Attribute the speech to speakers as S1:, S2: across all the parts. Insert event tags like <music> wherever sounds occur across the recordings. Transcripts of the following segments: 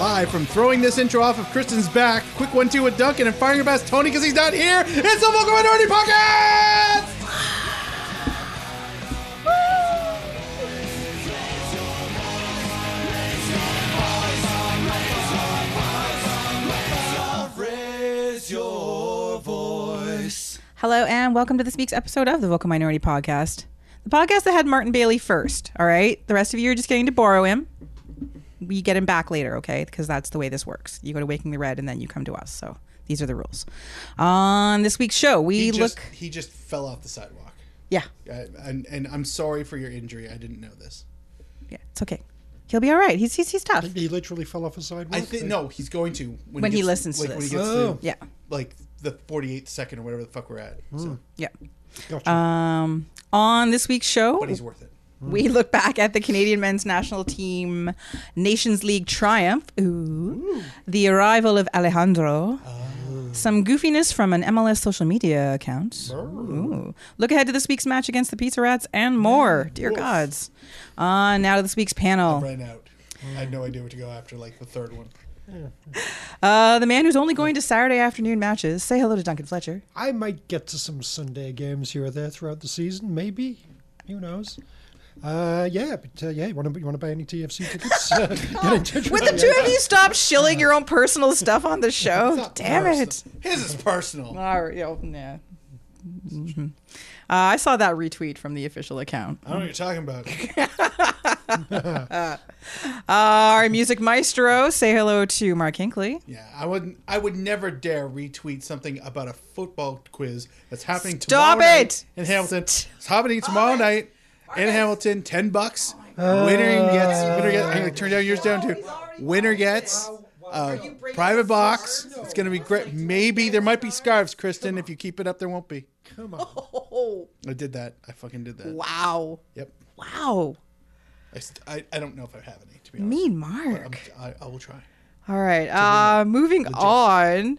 S1: live from throwing this intro off of Kristen's back. Quick one two with Duncan and firing past Tony because he's not here. It's the Vocal Minority Podcast!
S2: Hello and welcome to this week's episode of the Vocal Minority Podcast. The podcast that had Martin Bailey first, all right? The rest of you are just getting to borrow him. We get him back later, okay? Because that's the way this works. You go to Waking the Red and then you come to us. So these are the rules. On this week's show, we
S1: He
S2: look.
S1: just, he just fell off the sidewalk.
S2: yeah.
S1: I, and, and I'm sorry for your injury. I didn't know this.
S2: Yeah. It's okay. He'll be all right. He's, he's, he's tough.
S3: He literally fell off a sidewalk.
S1: I think no, he's going to when,
S2: When he
S1: gets-
S2: listens to
S1: like, When
S2: this.
S1: he gets
S3: Oh.
S1: to,
S2: Yeah.
S1: like the 48th second or whatever the fuck we're at. So,
S2: Yeah.
S3: Gotcha.
S2: Um, on this week's show,
S1: but he's worth it.
S2: We look back at the Canadian men's national team Nations League triumph, ooh, Oh. the arrival of Alejandro, some goofiness from an MLS social media account. Ooh. Look ahead to this week's match against the Pizza Rats and more. Dear gods. On now to this week's panel.
S1: Ran out. I had no idea where to go after like the third one.
S2: Uh, the man who's only going to Saturday afternoon matches. Say hello to Duncan Fletcher.
S3: I might get to some Sunday games here or there throughout the season. Maybe, who knows? Uh, yeah, but uh, yeah, you want to you want to buy any
S2: <laughs>
S3: TFC tickets? Uh, get in touch
S2: With <laughs> the
S3: me.
S2: two of you stop shilling your own personal stuff <laughs> on the show. Damn it.
S1: Personal. His is personal.
S2: All right, yo, nah. Mhm. Uh, I saw that retweet from the official account. Uh,
S1: I don't know what you're talking about.
S2: Our music maestro, say hello to Mark Hinkley.
S1: Yeah, I wouldn't. I would never dare retweet something about a football quiz that's happening
S2: Stop
S1: tomorrow
S2: it!
S1: night in Hamilton. It's happening tomorrow night in Hamilton. Ten bucks.
S2: Oh
S1: winner gets. Winner gets. I'm gonna turn down yours down too. Winner gets. Uh, private box. It's gonna be great. Maybe there might be scarves, Kristen. If you keep it up, there won't be.
S3: Come on.
S2: Oh,
S1: I did that. I fucking did that.
S2: wow.
S1: Yep.
S2: Wow.
S1: I, st- I, I don't know if I have any to be honest.
S2: Mean
S1: I'm,
S2: Mark.
S1: I, I will try.
S2: All right. Uh, moving on.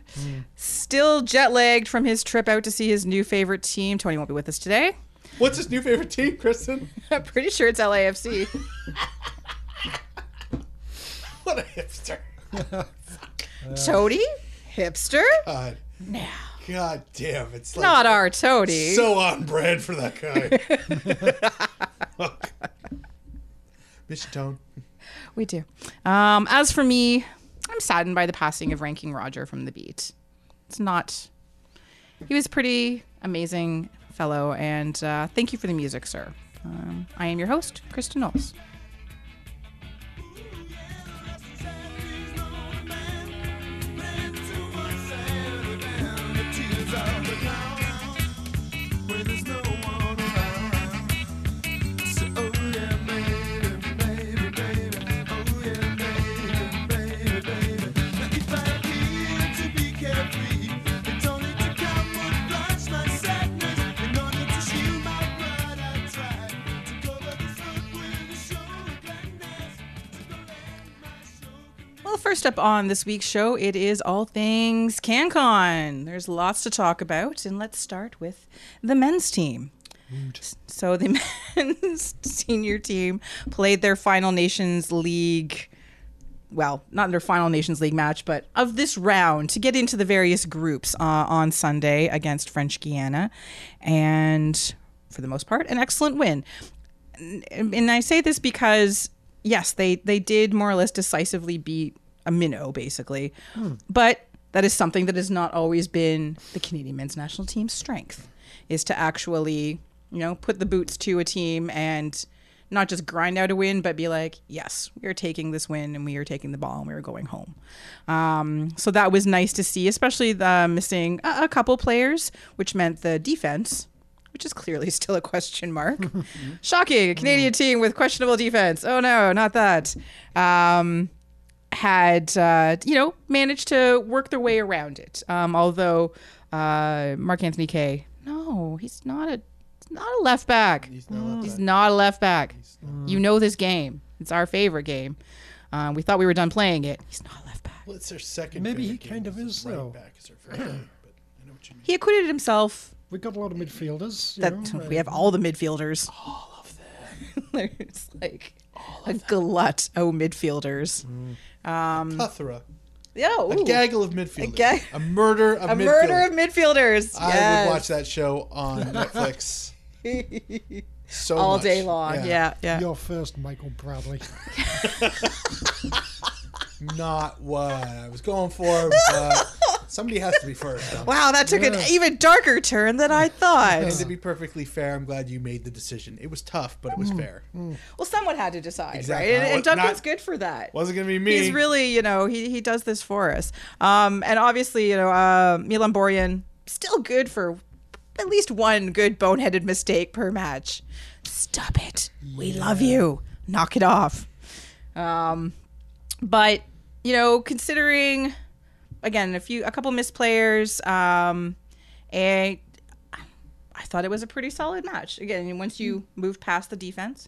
S2: Still jet lagged from his trip out to see his new favorite team. Tony won't be with us today. <laughs>
S1: What's his new favorite team, Kristen? <laughs>
S2: I'm pretty sure it's <laughs> LAFC.
S1: What a hipster.
S2: Tony? Hipster?
S1: God. God damn. It's like,
S2: Not our Tony.
S1: so on brand for that guy.
S2: <laughs>
S1: Mr. Tone.
S2: We do. Um, as for me, I'm saddened by the passing of Ranking Roger from the beat. It's not. He was a pretty amazing fellow, and uh, thank you for the music, sir. Um, I am your host, Kristen Knowles.
S4: oh,
S2: Well, first up on this week's show, it is all things CanCon. There's lots to talk about, and let's start with the men's team. So the <laughs> men's senior team played their final Nations League. Well, not their final Nations League match, but of this round to get into the various groups uh, on Sunday against French Guiana, and for the most part, an excellent win and I say this because yes, they they did more or less decisively beat a minnow basically, but that is something that has not always been the Canadian men's national team's strength is to actually you know put the boots to a team and not just grind out a win but be like yes we are taking this win and we are taking the ball and we are going home um, so that was nice to see especially the missing a, a couple players which meant the defense which is clearly <laughs> still a question mark. Shocking, a Canadian team with questionable defense. Oh no, not that. Um, had uh, you know managed to work their way around it. Um, although uh, Mark Anthony Kay, no, he's not a he's not a left back. He's not, a left back. You know this game. It's our favorite game. Um, we thought we were done playing it. He's not a left back.
S1: Well, it's their second.
S3: Maybe he
S1: favorite game.
S3: kind of
S1: It's
S3: is,
S1: right
S3: though.
S1: Back is their favorite
S2: <clears throat>
S1: game, but I know what you mean.
S2: He acquitted himself
S3: We've got a lot of midfielders. you
S2: that
S3: know,
S2: we
S3: uh,
S2: have all the midfielders. All <laughs>
S1: Mm.
S2: of them. There's like a glut of midfielders.
S1: Cuthra.
S2: Oh,
S1: A
S2: ooh.
S1: gaggle of midfielders. A,
S2: gag-
S1: murder of
S2: a
S1: midfielders.
S2: murder of midfielders.
S1: I
S2: yes.
S1: would
S2: <laughs>
S1: watch that show on Netflix so
S2: all
S1: much.
S2: day long. Yeah, yeah.
S3: uh, Your first, Michael Bradley. <laughs>
S1: Not what I was going for, but somebody has to be first. huh?
S2: <laughs> Wow, that took an even darker turn
S1: <laughs>
S2: than I
S1: And
S2: thought.
S1: to be perfectly fair, I'm glad you made the decision. It was tough, but it
S2: Mm.
S1: was fair.
S2: well, someone had to decide,
S1: Exactly.
S2: right? And, and
S1: Not-
S2: Duncan's good for that.
S1: Wasn't gonna be me.
S2: He's really, you know, he, he does this for us. Um, and obviously, you know, uh, Milan Borjan still good for at least one good boneheaded mistake per match. Stop it. We love you. Knock it off. Um, but you know, considering again a few a couple missed players, um, and I thought it was a pretty solid match. Again, once you move past the defense,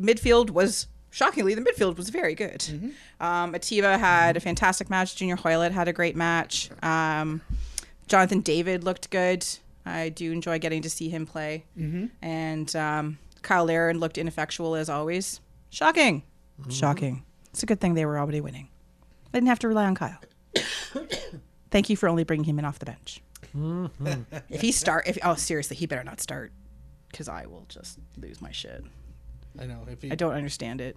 S2: midfield was shockingly the midfield was very good. Um, Ativa had a fantastic match. Junior Hoylett had a great match. Um, Jonathan David looked good. I do enjoy getting to see him play. And um, Kyle Laren looked ineffectual as always. Shocking, shocking. It's a good thing they were already winning. I didn't have to rely on Kyle. <coughs> Thank you for only bringing him in off the bench. if he start, if oh seriously, he better not start, because I will just lose my shit.
S1: I know. If he,
S2: I don't understand it.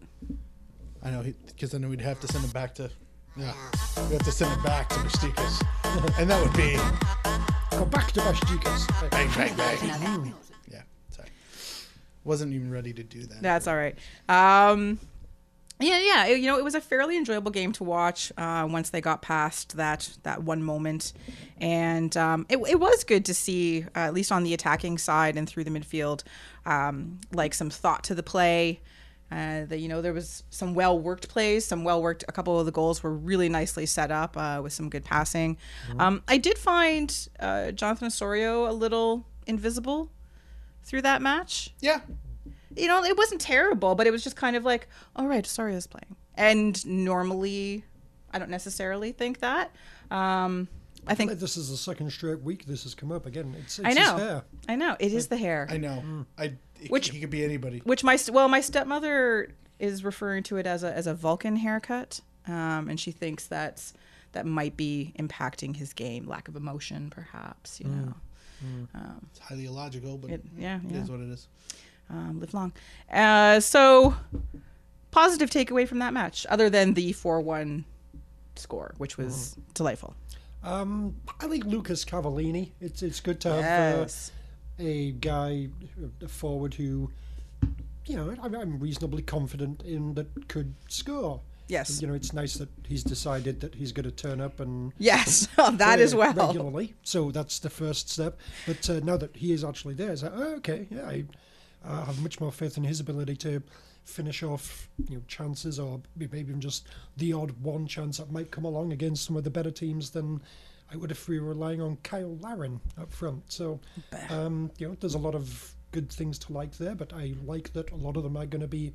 S1: I know, because then we'd have to send him back to. Yeah, we have to send him back to Mystikas, and that would be
S3: Go back to Bastikas.
S1: bang, bang, bang. yeah, sorry, wasn't even ready to do that.
S2: That's all right. Um, yeah, yeah. it- you know, it was a fairly enjoyable game to watch uh, once they got past that that one moment, and um, it, it was good to see, uh, at least on the attacking side and through the midfield, um, like some thought to the play. Uh, that you know there was some well worked plays, some well worked. A couple of the goals were really nicely set up uh, with some good passing. Um, I did find uh, Jonathan Osorio a little invisible through that match
S1: Yeah,
S2: you know, it wasn't terrible, but it was just kind of like, all right, sorry, I was playing. And normally, I don't necessarily think that. Um, I think
S3: This is the second straight week this has come up again. It's, it's
S2: I
S3: his
S2: know,
S3: hair.
S2: I know, it is the hair,
S1: I know. I it,
S2: Mm. Which-
S1: he could be anybody.
S2: which my st- well, my stepmother is referring to it as a as a Vulcan haircut, um, and she thinks that's that might be impacting his game, lack of emotion, perhaps. You
S3: Mm.
S2: know,
S1: It's highly illogical, but
S2: It- yeah,
S1: it
S2: yeah.
S1: is what it is. <clears throat>
S2: um, live long. Uh, so, positive takeaway from that match, other than the 4 1 score, which was
S3: Mm.
S2: delightful.
S3: Um, I like Lucas Cavallini. It's it's good to have
S2: Yes.
S3: uh, a guy, a forward who, you know, I'm, I'm reasonably confident in that could score.
S2: Yes.
S3: You know, it's nice that he's decided that he's going to turn up and
S2: Yes, <laughs> Oh, that as
S3: uh,
S2: well.
S3: regularly. So that's the first step. But uh, now that he is actually there, it's like, oh, okay, yeah, I uh, have much more faith in his ability to finish off you know chances or b- maybe even just the odd one chance that might come along against some of the better teams than I would if we were relying on Kyle Larin up front. So um, you know, there's a lot of good things to like there, but I like that a lot of them are going to be.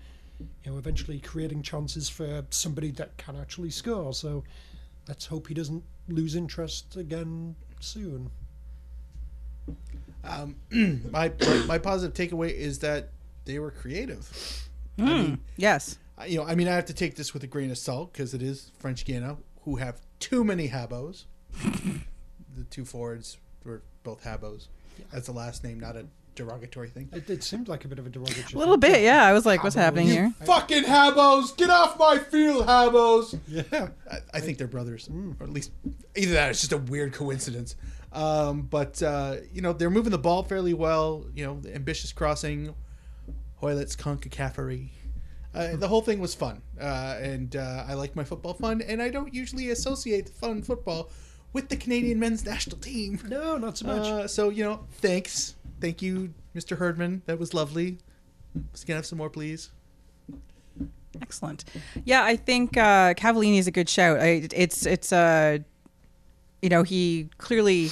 S3: You know, eventually creating chances for somebody that can actually score. So, let's hope he doesn't lose interest again soon.
S1: My my, my positive takeaway is that they were creative.
S2: Yes.
S1: I- You know, I mean, I have to take this with a grain of salt because it is French Guiana who have too many habos. the two forwards were both habos. That's the last name, not a derogatory thing.
S3: It, it seemed like a bit of a derogatory.
S2: A little bit, yeah. I was like, what's happening
S1: You
S2: here?
S1: fucking habos! Get off my field, habos!
S3: Yeah.
S1: I, I think they're brothers, or at least either that. Or it's just a weird coincidence. Um, but uh, you know, they're moving the ball fairly well. You know, the ambitious crossing, Hoylett's concacaffery. Uh, the whole thing was fun, uh, and uh, I like my football fun. And I don't usually associate fun football with the Canadian men's national team.
S3: <laughs> No, not so
S1: <laughs>
S3: much.
S1: Uh, so you know, thanks, thank you, Mr. Herdman. That was lovely. Just gonna have some more, please.
S2: <laughs> Excellent. Yeah, I think uh, Cavallini is a good shout. I, it's it's uh, you know, he clearly,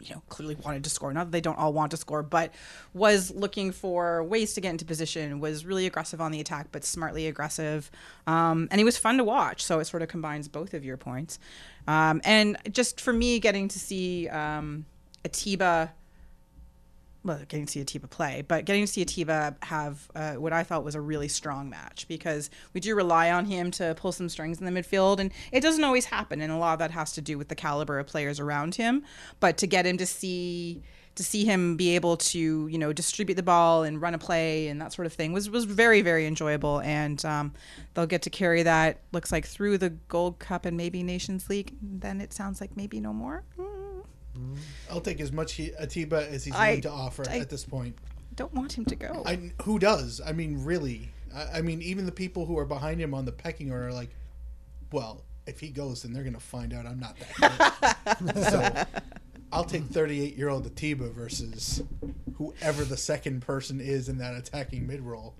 S2: you know, clearly wanted to score. Not that they don't all want to score, but was looking for ways to get into position. Was really aggressive on the attack, but smartly aggressive. Um, and he was fun to watch. So it sort of combines both of your points. Um, and just for me, getting to see um, Atiba well, getting to see Atiba play, but getting to see Atiba have uh, what I thought was a really strong match because we do rely on him to pull some strings in the midfield, and it doesn't always happen, and a lot of that has to do with the caliber of players around him. But to get him to see to see him be able to you know distribute the ball and run a play and that sort of thing was was very very enjoyable, and um, they'll get to carry that looks like through the Gold Cup and maybe Nations League. Then it sounds like maybe no more. Mm.
S1: I'll take as much he, Atiba as he's
S2: I-
S1: willing to offer
S2: I-
S1: at this point.
S2: Don't want him to go.
S1: I, who does? I mean, really? I, I mean, even the people who are behind him on the pecking order are like, well, if he goes, then they're going to find out I'm not that good. so I'll take 38 year old Atiba versus whoever the second person is in that attacking mid roll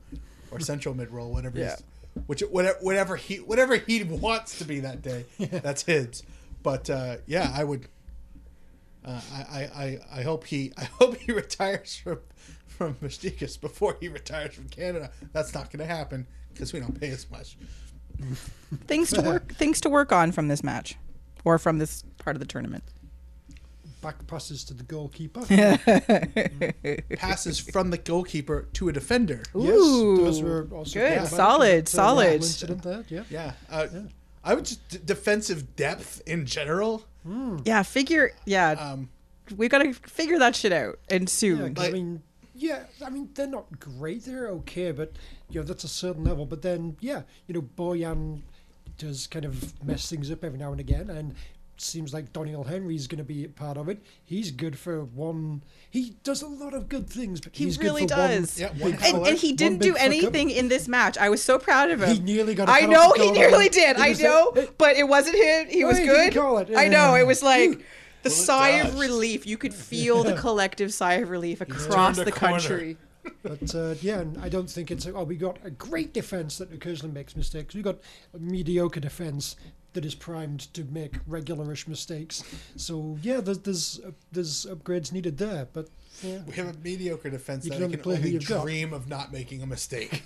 S1: or central mid roll, whatever. he's- Which whatever whatever he whatever he wants to be that day, that's his. But uh, yeah, I would. Uh, I, I, I- I hope he I hope he <laughs> retires from from Mysticus before he retires from Canada. That's not going to happen because we don't pay as much.
S2: things to
S3: <laughs>
S2: work things to work on from this match or from this part of the tournament
S3: Back passes to the goalkeeper.
S1: Passes from the goalkeeper to a defender.
S3: Yes, those were also
S2: good,
S3: yeah,
S2: solid,
S3: that, uh,
S2: solid.
S3: little Incident there, yeah.
S1: Yeah, uh, I would just d- defensive depth in general.
S3: Hmm.
S2: yeah figure yeah
S1: Um,
S2: we gotta figure that shit out and
S3: Yeah,
S2: soon
S1: But-
S3: I mean, yeah, I mean they're not great. They're okay, but you know that's a certain level. But then, yeah, you know Boyan does kind of mess things up every now and again, and seems like Daniel Henry's going to be a part of it. He's good for one. He does a lot of good things, but
S2: He
S3: he's
S2: really
S3: good for one
S2: does.
S1: Yeah, one
S3: big
S1: hell
S2: and,
S1: of-
S3: fuck-
S2: and he
S3: one
S2: didn't
S3: big
S2: do
S3: fuck up.
S2: anything in this match. I was so proud of him.
S3: He nearly got a
S2: I
S3: penalty
S2: know he
S3: call.
S2: nearly did.
S3: He
S2: I
S3: was
S2: know,
S3: like, "Hey."
S2: but it wasn't him. He
S3: Oh,
S2: was
S3: he
S2: good.
S3: didn't call it.
S2: I know.
S3: <laughs>
S2: It was like the
S1: Well, it
S2: sigh of
S1: dodged.
S2: relief. You could feel the collective sigh of relief across
S1: turned a
S2: the
S1: corner.
S2: country.
S3: But uh, yeah, and I don't think it's oh we got a great defense that occasionally makes mistakes. We got a mediocre defense that is primed to make regularish mistakes. So yeah, there's there's, uh, there's upgrades needed there. But yeah,
S1: We have a mediocre defense
S3: You
S1: that
S3: can
S1: I
S3: only
S1: can
S3: play who
S1: only
S3: you've got.
S1: dream of not making a <laughs> mistake.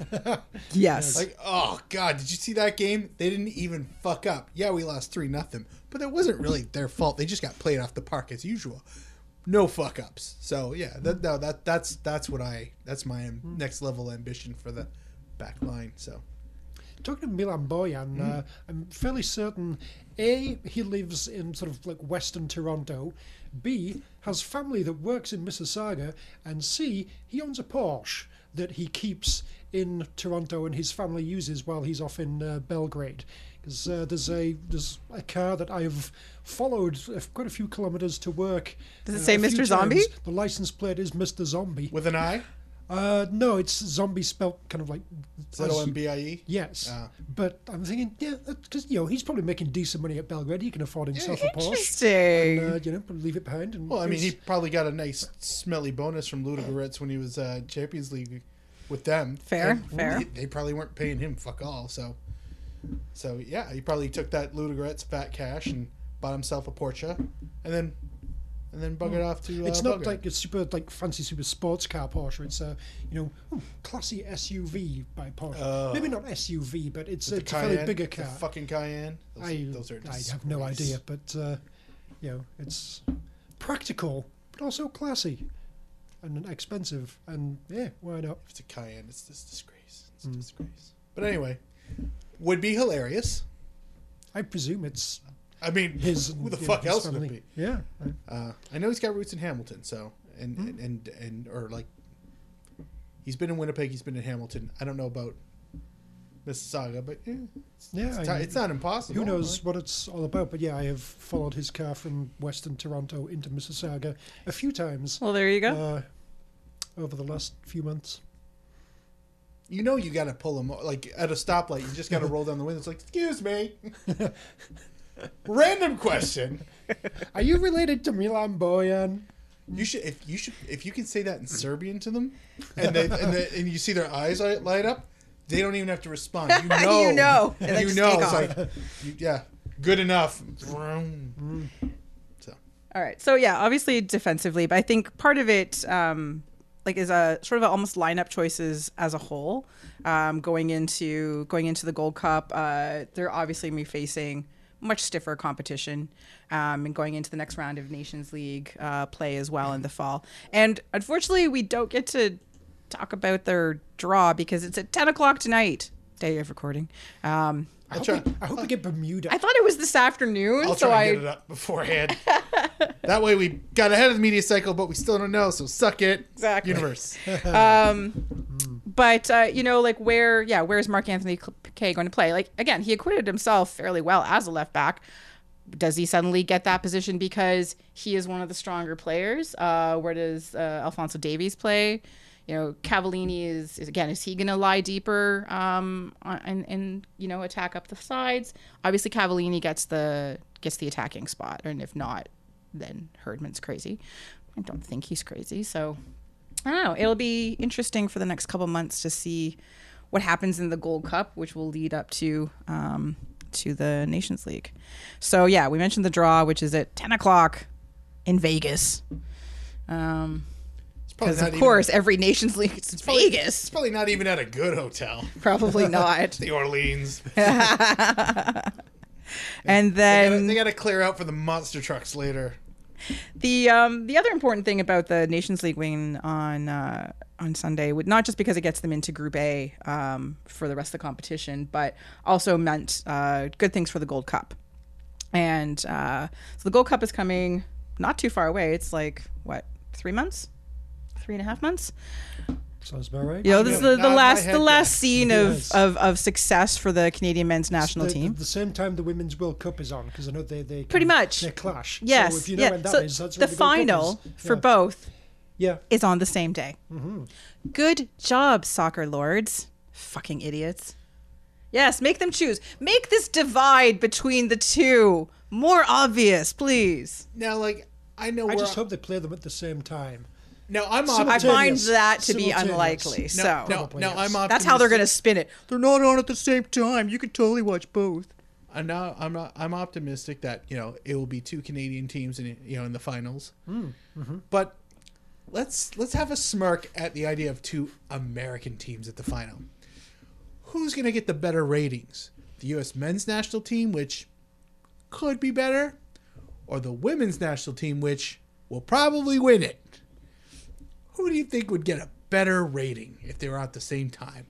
S2: Yes.
S1: like, oh god, did you see that game? They didn't even fuck up. Yeah, we lost three nothing, but it wasn't really their fault. They just got played off the park as usual. No fuck ups. So yeah, that, no, that that's that's what I that's my am- next level ambition for the back line. So
S3: talking to Milan Boyan, uh,
S2: Hmm.
S3: I'm fairly certain a he lives in sort of like Western Toronto, b has family that works in Mississauga, and c he owns a Porsche that he keeps in Toronto and his family uses while he's off in uh, Belgrade. Because uh, there's a there's a car that I've followed f- quite a few kilometers to work.
S2: Does it
S3: uh,
S2: say
S3: a few
S2: Mr. Zombie?
S3: times. The license plate is Mr. Zombie.
S1: with an I,
S3: Uh, no, it's zombie spelt kind of like
S1: Z O M B I E.
S3: Yes, but I'm thinking, yeah, because you know he's probably making decent money at Belgrade. He can afford himself a Porsche.
S2: Interesting.
S3: Uh, you know, but leave it behind. And
S1: Well, I mean, he
S3: it's-
S1: probably got a nice smelly bonus from Ludogorets when he was uh, Champions League with them.
S2: Fair,
S1: And
S2: fair.
S1: They, they probably weren't paying him fuck all, so so yeah, he probably took that Ludogorets fat cash and bought himself a Porsche, and then and then buggered off to. Uh,
S3: it's not
S1: Belgrade.
S3: like a super like fancy super sports car Porsche. It's a you know hmm, classy SUV by Porsche. Maybe not SUV, but it's,
S1: Uh, the
S3: it's a fairly
S1: Cayenne,
S3: bigger
S1: the
S3: car.
S1: fucking Cayenne. Those,
S3: I,
S1: those are.
S3: I have no
S1: disgrace.
S3: idea, but uh, you know, it's practical but also classy and expensive. And yeah, why not?
S1: If it's a Cayenne, it's this disgrace.
S3: Hmm.
S1: It's a disgrace. But anyway, would be hilarious.
S3: I presume it's
S1: I mean,
S3: his.
S1: who the
S3: you know,
S1: fuck
S3: his
S1: else
S3: family.
S1: would it be?
S3: Yeah. I-
S1: Uh, I know he's got roots in Hamilton, so and
S3: Hmm.
S1: and, and and or like he's been in Winnipeg, he's been in Hamilton. I don't know about Mississauga, but eh, it's,
S3: Yeah,
S1: it's,
S3: I
S1: ti-
S3: mean,
S1: it's not impossible.
S3: Who knows what it's all about? But yeah, I have followed his car from Western Toronto into Mississauga a few times
S2: well, there you go.
S3: uh, over the last few months.
S1: You know, you got to pull him o- like at a stoplight. You
S3: <laughs>
S1: just got to roll down the window. It's like, excuse me. <laughs> Random question.
S3: Are you related to Milan Bojan?
S1: You should if you should if you can say that in Serbian to them, and they and, they, and you see their eyes li- light up, they don't even have to respond. You know,
S2: <laughs>
S1: <laughs>
S2: You know. And they
S1: you
S2: just
S1: know.
S2: take
S1: It's
S2: off.
S1: like, you, yeah, good enough. Vroom. So
S2: All right. So yeah, obviously defensively, but I think part of it, um, like, is a sort of a almost lineup choices as a whole, um, going into going into the Gold Cup. Uh, they're obviously gonna be facing much stiffer competition um, and going into the next round of Nations League uh, play as well in the fall. And unfortunately, we don't get to talk about their draw because it's at 10 o'clock tonight, day of recording. Um,
S3: I hope,
S1: try-
S3: we, I hope we get Bermuda.
S2: I thought it was this afternoon,
S1: I'll
S2: so
S1: try
S2: I.
S1: and get it up beforehand. that way we got ahead of the media cycle, but we still don't know. So suck it,
S2: Exactly.
S1: universe. <laughs>
S2: Um, But uh, you know, like where, yeah, where is Mark Anthony K going to play? Like again, he acquitted himself fairly well as a left back. Does he suddenly get that position because he is one of the stronger players? Uh, where does uh, Alfonso Davies play? You know, Cavallini is, is again, is he going to lie deeper um, on- and and you know attack up the sides? Obviously, Cavallini gets the gets the attacking spot, and if not, then Herdman's crazy. I don't think he's crazy, so I don't know. It'll be interesting for the next couple months to see what happens in the Gold Cup, which will lead up to um, to the Nations League. So yeah, we mentioned the draw, which is at ten o'clock in Vegas. Um,
S1: It's probably
S2: because
S1: Oh, not
S2: of
S1: even-
S2: course every Nations League is in
S1: probably- It's
S2: Vegas.
S1: probably not even at a good hotel. <laughs>
S2: Probably not.
S1: The Orleans.
S2: and
S1: They
S2: then
S1: gotta- they got to clear out for the monster trucks later.
S2: The um, the other important thing about the Nations League win on uh, on Sunday would not just because it gets them into Group A um, for the rest of the competition, but also meant uh, good things for the Gold Cup. And uh, so the Gold Cup is coming not too far away. It's like what three months, three and a half months.
S3: Sounds about right.
S2: You know, this is the,
S1: Nod
S2: the
S1: my
S2: last
S1: head
S2: the last scene of,
S3: Yes.
S2: of, of success for the Canadian men's national
S3: the,
S2: team.
S3: the same time the Women's World Cup is on because I know they they
S2: Pretty much.
S3: they clash.
S2: yes,
S3: So if you know
S2: yeah.
S3: when that
S2: so
S3: is, that's
S2: the
S3: when World Cup
S2: final
S3: is.
S2: for
S3: yeah.
S2: both
S3: Yeah,
S2: is on the same day. Good job, soccer lords. Fucking idiots. Yes, make them choose. Make this divide between the two more obvious, please.
S1: Now, like I know
S3: I
S1: where
S3: just hope they play them at the same time.
S1: now I'm
S2: I
S1: optimistic.
S2: find
S3: Simultaneous.
S2: that to be
S3: Simultaneous.
S2: unlikely.
S1: No,
S2: so
S1: no, no, I'm optimistic.
S2: that's how they're going to spin it.
S1: They're not on at the same time. You can totally watch both. I'm not. Uh, I'm not. I'm optimistic that you know it will be two Canadian teams in you know in the finals. But let's let's have a smirk at the idea of two American teams at the final. Who's going to get the better ratings? The U.S. men's national team, which could be better, or the women's national team, which will probably win it? Who do you think would get a better rating if they were out at the same time?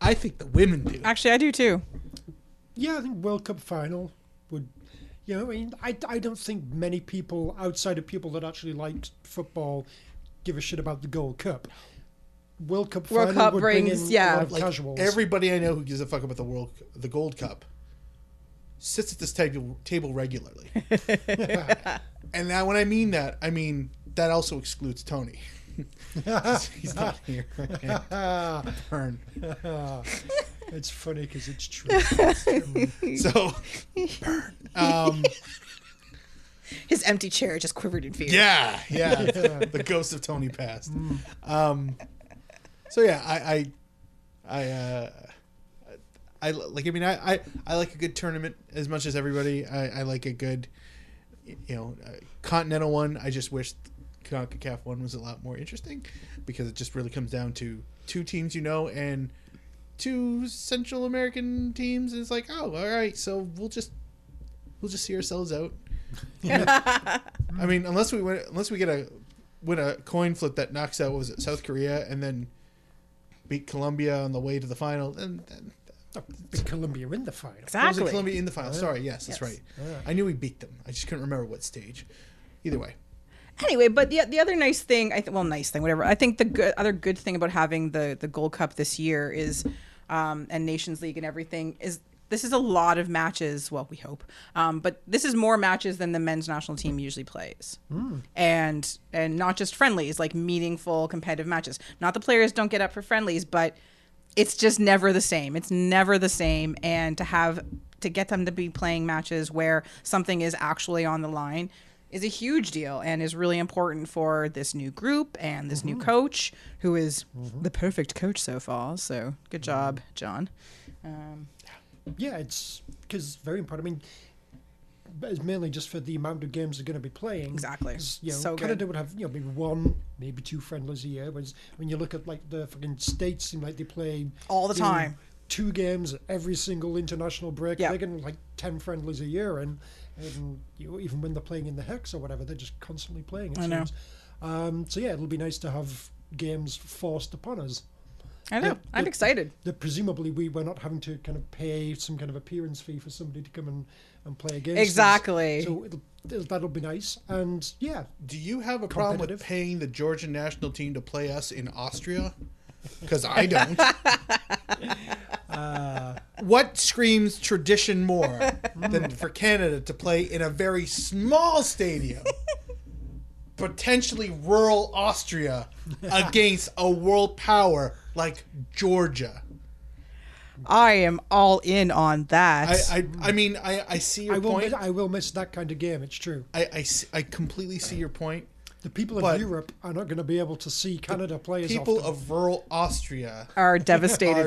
S1: I think the women do.
S2: Actually, I do too.
S3: Yeah, I think World Cup final would. You know, I mean, I, I don't think many people outside of people that actually liked football give a shit about the Gold Cup. World Cup
S2: World
S3: final
S2: Cup
S3: would bring
S2: brings-
S3: in
S2: yeah.
S3: a lot of
S1: Like
S3: casuals.
S1: everybody I know who gives a fuck about the world, the Gold Cup, sits at this table table regularly. <laughs> and now, when I mean that, I mean that also excludes Tony. <laughs> 'Cause he's not here.
S3: Ah,
S1: Burn.
S3: it's funny because
S2: <laughs>
S3: it's true.
S1: So
S2: His empty chair just quivered in fear.
S1: yeah, yeah, the ghost of Tony passed. Um, so yeah, I, I, I, uh, I like. I mean, I, I, I like a good tournament as much as everybody. I, I like a good, you know, uh, continental one. I just wish Concacaf one was a lot more interesting because it just really comes down to two teams you know and two Central American teams. And it's like, oh, all right, so we'll just we'll just see ourselves out. I mean, unless we win, unless we get a win a coin flip that knocks out what was it South Korea and then beat Colombia on the way to the final, then, then
S3: But Colombia in the final.
S1: was it
S2: exactly.
S1: Colombia in the final? Sorry, yes, that's
S2: Yes.
S1: right. I knew we beat them. I just couldn't remember what stage. Either way,
S2: anyway, but the the other nice thing, I th- well, nice thing, whatever. I think the good, other good thing about having the the Gold Cup this year is, um, and Nations League and everything is this is a lot of matches. Well, we hope, um, but this is more matches than the men's national team usually plays, and and not just friendlies, like meaningful competitive matches. Not the players don't get up for friendlies, but it's just never the same. It's never the same. And to have to get them to be playing matches where something is actually on the line is a huge deal and is really important for this new group and this
S1: Mm-hmm.
S2: new coach who is the perfect coach so far. So good
S1: Mm-hmm.
S2: job, John. Um,
S3: Yeah, it's because very important. I mean, but it's mainly just for the amount of games they're going to be playing.
S2: Exactly.
S3: 'Cause, You know,
S2: So
S3: Canada
S2: good.
S3: would have you know maybe one, maybe two friendlies a year. Whereas when you look at like the fucking states, seem like they play
S2: All the
S3: you know,
S2: time.
S3: two games at every single international break.
S2: Yeah.
S3: They're getting like 10 friendlies a year, and, and you know, even when they're playing in the Hex or whatever, they're just constantly playing. It
S2: I know.
S3: seems. Um, so, yeah, it'll be nice to have games forced upon us
S2: I know.
S3: Yeah,
S2: I'm
S3: yeah.
S2: excited.
S3: that presumably we were not having to kind of pay some kind of appearance fee for somebody to come and, and play against us.
S2: Exactly.
S3: So it'll, it'll, that'll be nice. And yeah,
S1: Do you have a problem with
S3: Competitive.
S1: paying the Georgian national team to play us in Austria? Because I
S3: <laughs>
S1: don't. Uh, what screams tradition more than for Canada to play in a very small stadium, potentially rural Austria, against a world power like Georgia?
S2: I am all in on that.
S1: I, I, I mean, I, I see your
S3: I will,
S1: point.
S3: miss, I will miss that kind of game. It's true.
S1: I, I, s- I completely see your point.
S3: The people
S1: But-
S3: of Europe are not going to be able to see Canada play as
S1: People
S3: often.
S1: of rural Austria
S2: Are devastated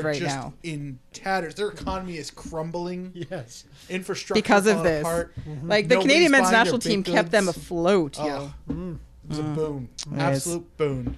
S1: <laughs> are
S2: right
S1: just
S2: now.
S1: in tatters. Their economy is crumbling.
S3: <laughs> yes.
S1: Infrastructure
S2: Because of
S1: falling
S2: this,
S1: apart. Mm-hmm.
S2: like the
S1: Nobody's
S2: Canadian men's
S1: buying their
S2: national team
S1: big
S2: kept them
S1: goods.
S2: afloat. Yeah.
S1: Oh, It was a
S3: Mm.
S1: boon, absolute boon.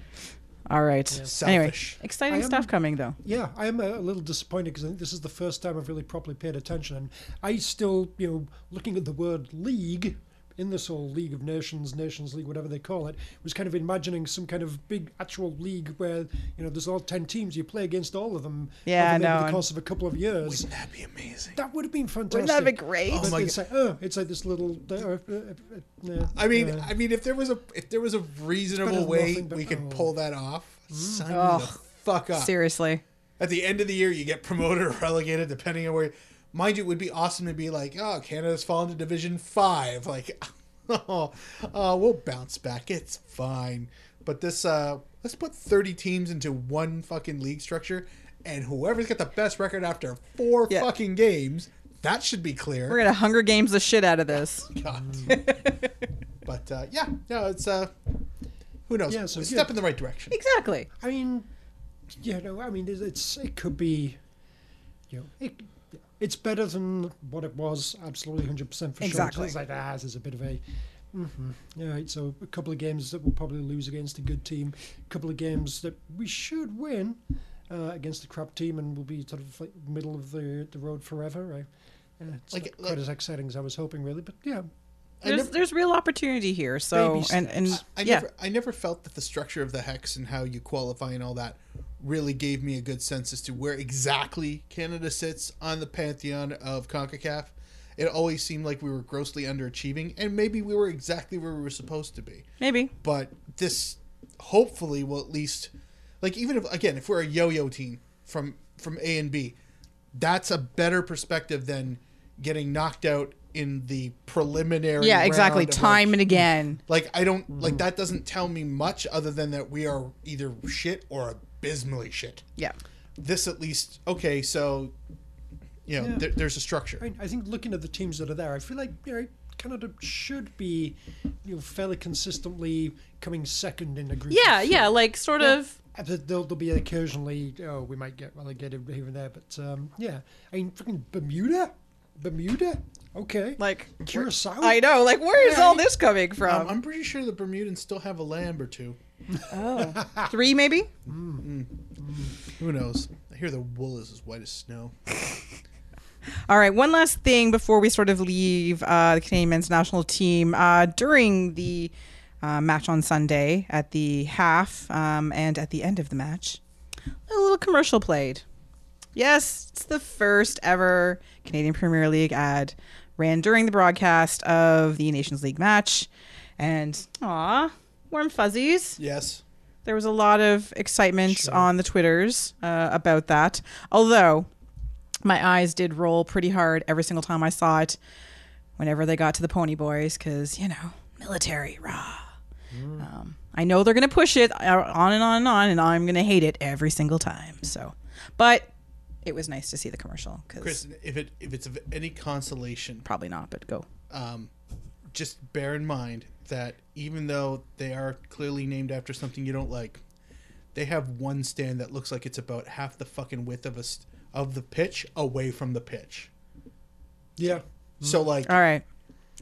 S2: All right.
S1: Selfish.
S2: Anyway, exciting
S3: I am-
S2: stuff coming though.
S3: Yeah, I am a little disappointed because I think this is the first time I've really properly paid attention, and I still, you know, looking at the word league in this whole League of Nations, Nations League, whatever they call it, was kind of imagining some kind of big actual league where you know there's all ten teams, you play against all of them
S2: Yeah, I
S3: over maybe
S2: know,
S3: the
S2: and-
S3: course of a couple of years.
S1: That'd be amazing.
S3: That would have been fantastic.
S2: Wouldn't that have been great?
S3: But
S1: my
S3: it's like, oh, it's like this little. Uh, uh, uh, uh,
S1: I mean,
S3: uh,
S1: I mean, if there was a if there was a reasonable
S3: than
S1: way
S3: nothing, but-
S1: we could
S3: oh.
S1: pull that off, sign me the
S2: Ugh.
S1: fuck up.
S2: Seriously.
S1: At the end of the year, you get <laughs> promoted or relegated depending on where. Mind you, it would be awesome to be like, oh, Canada's fallen to Division Five. <laughs> Like, oh, oh, we'll bounce back. It's fine. But this, uh, let's put thirty teams into one fucking league structure, and whoever's got the best record after four
S2: Yeah.
S1: fucking games, that should be clear.
S2: We're gonna Hunger Games the shit out of this.
S1: God. but uh, yeah, no, it's uh, who knows?
S3: Yeah, so
S1: a
S3: good.
S1: step in the right direction.
S2: Exactly.
S3: I mean, you know, I mean, it's- it's it could be, you know, it, it's better than what it was. Absolutely, hundred percent for
S2: Exactly.
S3: sure. It's like ah, there's a bit of a. mhm. All right, so a couple of games that we'll probably lose against a good team, a couple of games that we should win uh, against a crap team, and we'll be sort of like middle of the the road forever. I, uh, it's
S1: Like-
S3: not quite
S1: like-
S3: as exciting as I was hoping, really, but yeah,
S1: I
S2: There's
S1: never-
S2: there's real opportunity here. So
S3: Baby
S2: and and
S3: steps.
S1: I
S2: yeah.
S1: never I never felt that the structure of the hex and how you qualify and all that really gave me a good sense as to where exactly Canada sits on the pantheon of CONCACAF. It always seemed like we were grossly underachieving and maybe we were exactly where we were supposed to be.
S2: Maybe.
S1: But this hopefully will at least like even if again if we're a yo-yo team from from A and B, that's a better perspective than getting knocked out in the preliminary
S2: Yeah, exactly.
S1: round of a-
S2: Time and again.
S1: like I don't like that doesn't tell me much other than that we are either shit or abysmally shit.
S2: Yeah.
S1: This at least okay, so you know
S3: Yeah.
S1: there, there's a structure.
S3: I, I think looking at the teams that are there, I feel like you know, Canada should be you know, fairly consistently coming second in a group.
S2: Yeah, yeah, like sort of
S3: Uh, there- There'll, there'll be occasionally, oh, we might get relegated here and there, but um, yeah. I mean, freaking Bermuda? Bermuda? Okay.
S2: like
S3: Curacao?
S2: I know, like where is all this coming
S1: Um,
S2: from?
S1: I'm pretty sure the Bermudans still have a lamb or two.
S2: oh. Three maybe?
S1: Who knows? I hear the wool is as white as snow.
S2: All right, one last thing before we sort of leave uh, the Canadian men's national team. Uh, during the uh, match on Sunday at the half um, and at the end of the match, a little commercial played. Yes, it's the first ever Canadian Premier League ad ran during the broadcast of the Nations League match. And aw, warm fuzzies
S1: Yes.
S2: there was a lot of excitement on the twitters uh, about that although my eyes did roll pretty hard every single time i saw it whenever they got to the pony boys because you know military rah
S1: Mm.
S2: um, i know they're going to push it uh, on and on and on and i'm going to hate it every single time so but it was nice to see the commercial
S1: Chris,
S2: because
S1: if it if it's of any consolation,
S2: probably not but go
S1: um, just bear in mind that even though they are clearly named after something you don't like, they have one stand that looks like it's about half the fucking width of a st- of the pitch away from the pitch.
S3: yeah.
S1: So like
S2: all right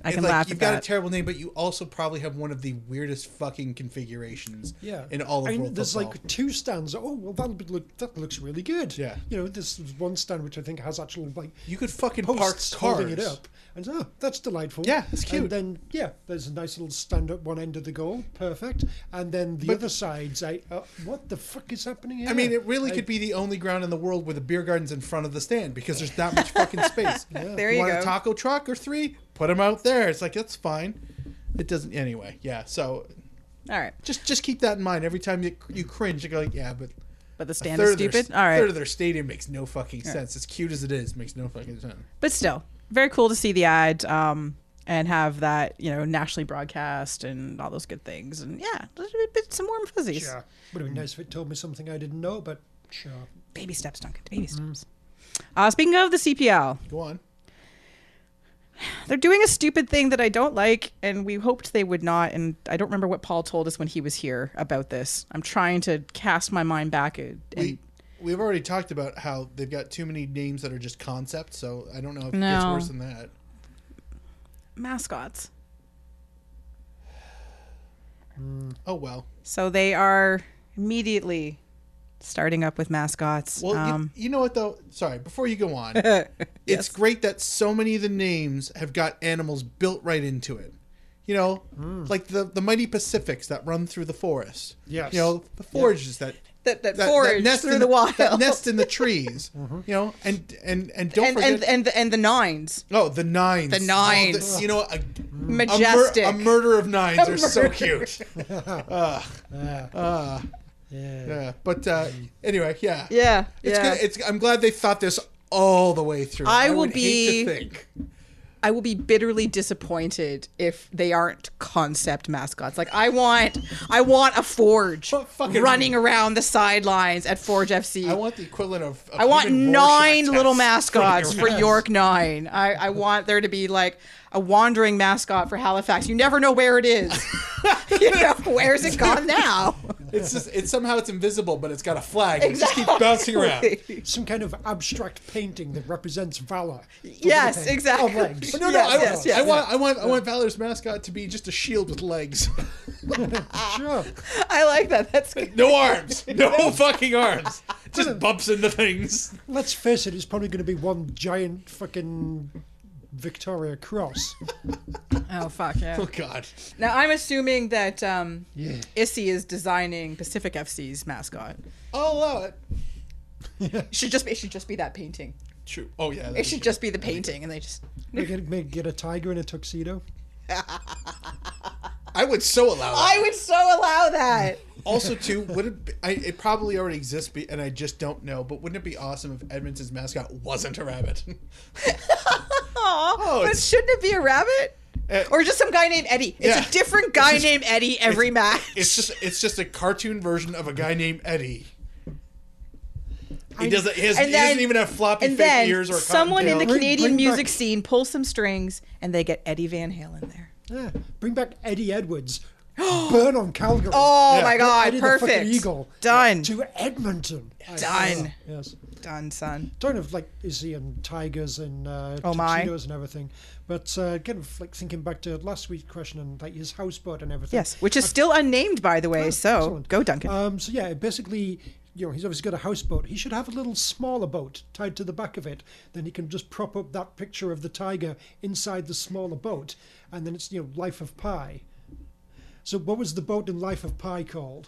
S2: I can
S1: like
S2: laugh
S1: you've
S2: at
S1: got a
S2: that.
S1: terrible name, but you also probably have one of the weirdest fucking configurations.
S3: Yeah,
S1: in all of
S3: I mean,
S1: world
S3: there's
S1: football.
S3: like two stands. Oh well, that would look that looks really good.
S1: Yeah.
S3: you know, this is one stand which I think has actual like
S1: you could fucking park
S3: posts
S1: cars.
S3: holding it up, and oh, that's delightful.
S1: Yeah, it's cute.
S3: And then yeah, there's a nice little stand at one end of the goal, perfect. And then the other side's I uh, what the fuck is happening here?
S1: I mean, it really
S3: I-
S1: could be the only ground in the world where the beer garden's in front of the stand because there's not much fucking
S3: <laughs>
S1: space.
S2: There you
S1: want
S2: go.
S1: a taco truck or three? Put them out there. It's like that's fine. It doesn't anyway. Yeah. So
S2: All right,
S1: just just keep that in mind every time you you cringe. You go like, yeah, but
S2: but the
S1: a
S2: stand is
S1: third of
S2: stupid.
S1: Their,
S2: All
S1: third
S2: right,
S1: of their stadium makes no fucking sense. As cute as it is, makes no fucking sense.
S2: but still, very cool to see the ad um, and have that you know nationally broadcast and all those good things. And yeah, a little bit some warm fuzzies.
S3: Sure, would have been nice if it told me something I didn't know, but sure.
S2: Baby steps, Duncan. Baby
S1: Mm-hmm.
S2: steps. Uh, speaking of the CPL,
S1: Go on.
S2: they're doing a stupid thing that I don't like, and we hoped they would not. And I don't remember what Paul told us when he was here about this. I'm trying to cast my mind back. And,
S1: We we've already talked about how they've got too many names that are just concepts. So I don't know if it gets
S2: No.
S1: worse than that.
S2: mascots.
S1: Oh well.
S2: So they are immediately starting up with mascots.
S1: Well, you-
S2: um,
S1: you, know what though? Sorry, before you go
S2: <laughs>
S1: on, it's great that so many of the names have got animals built right into it. You know, like the the mighty Pacifics that run through the forest.
S3: Yes.
S1: You know, the forages that.
S2: that, that,
S1: That, that
S2: forage
S1: nest
S2: through
S1: in
S2: the wild.
S1: that nest
S2: <laughs>
S1: in the trees, you know, and and and don't
S2: and,
S1: forget,
S2: and, and, the, and the nines.
S1: oh, the nines,
S2: The
S1: Oh,
S2: nines.
S1: you know, a,
S2: Mm.
S1: a, mur-
S2: Majestic.
S1: a murder of nines
S2: <laughs>
S1: are so
S2: murder.
S1: cute.
S3: Yeah. yeah.
S1: Yeah, but uh, anyway, yeah,
S2: yeah.
S1: It's
S2: yeah.
S1: good. It's. I'm glad they thought this all the way through.
S2: I will
S1: would hate
S2: be-
S1: to think.
S2: I will be bitterly disappointed if they aren't concept mascots. Like I want, I want a Forge
S1: Well, fucking-
S2: running around the sidelines at Forge FC.
S1: I want the equivalent of. of
S2: I want
S1: human
S2: nine
S1: Rorschach
S2: little
S1: tests
S2: mascots
S1: floating
S2: for
S1: around.
S2: York Nine. I, I want there to be like a wandering mascot for Halifax. You never know where
S1: <laughs>
S2: it is. you know, where's it gone now?
S1: <laughs> It's just. It's somehow it's invisible, but it's got a flag. and It just keeps bouncing
S2: <laughs>
S1: around.
S3: Some kind of abstract painting that represents valor.
S2: Yes,
S3: Okay.
S2: exactly.
S3: Of legs.
S1: But no, no, I,
S2: Yes,
S1: want-
S2: yes, yes.
S1: I want, I want, I want Valor's mascot to be just a shield with legs, <laughs>
S3: Sure.
S2: I like that. That's good.
S1: no arms,
S2: <laughs>
S1: no fucking arms, just bumps into things.
S3: Let's face it, it's probably going to be one giant fucking Victoria Cross.
S2: Oh fuck yeah.
S1: Oh God,
S2: Now I'm assuming that um,
S3: Yeah.
S2: Issy is designing Pacific FC's mascot.
S1: I'll allow it.
S2: It should just be, it should just be that painting.
S1: True. Oh yeah. that'd
S2: It
S1: be
S2: should
S1: good.
S2: just be the painting, and they just
S3: Make it, make, get a tiger in a tuxedo.
S1: I would so allow. That.
S2: I would so allow that.
S1: Also, too, would it? Be, I, it probably already exists, be, and I just don't know. But wouldn't it be awesome if Edmonton's mascot wasn't a rabbit? <laughs>
S3: Mm.
S2: <laughs> Aw,
S3: Oh,
S2: but
S1: it's-
S2: shouldn't it be a rabbit?
S1: Uh,
S2: or just some guy named Eddie. It's
S1: yeah.
S2: a different guy named Eddie every match.
S1: it's just it's just a cartoon version of a guy named Eddie. He doesn't. He, has,
S2: and
S1: he
S2: then-
S1: doesn't even have floppy
S2: <laughs> and
S1: fake
S2: then
S1: ears or a cotton
S2: someone in the
S1: tail.
S3: Bring-
S2: Canadian
S3: bring
S2: music
S3: back-
S2: scene pulls some strings, and they get Eddie Van Halen there.
S3: Yeah. Bring back Eddie Edwards.
S2: <gasps>
S3: Burn on Calgary.
S2: Oh
S1: Yeah.
S2: my God!
S3: Eddie the fucking
S2: perfect.
S3: eagle.
S2: Done.
S3: To Edmonton.
S2: Done.
S3: Yes.
S2: Done, son.
S3: Don't have like Izzy and tigers and uh,
S2: Oh, my.
S3: tuxedos and everything, but uh, kind of like thinking back to last week's question and like his houseboat and everything.
S2: Yes, which is still unnamed, by the way. so
S3: Excellent.
S2: go, Duncan.
S3: Um, so yeah, basically, you know, he's obviously got a houseboat. He should have a little smaller boat tied to the back of it. Then he can just prop up that picture of the tiger inside the smaller boat, and then it's you know, Life of Pi. So what was the boat in Life of Pi called?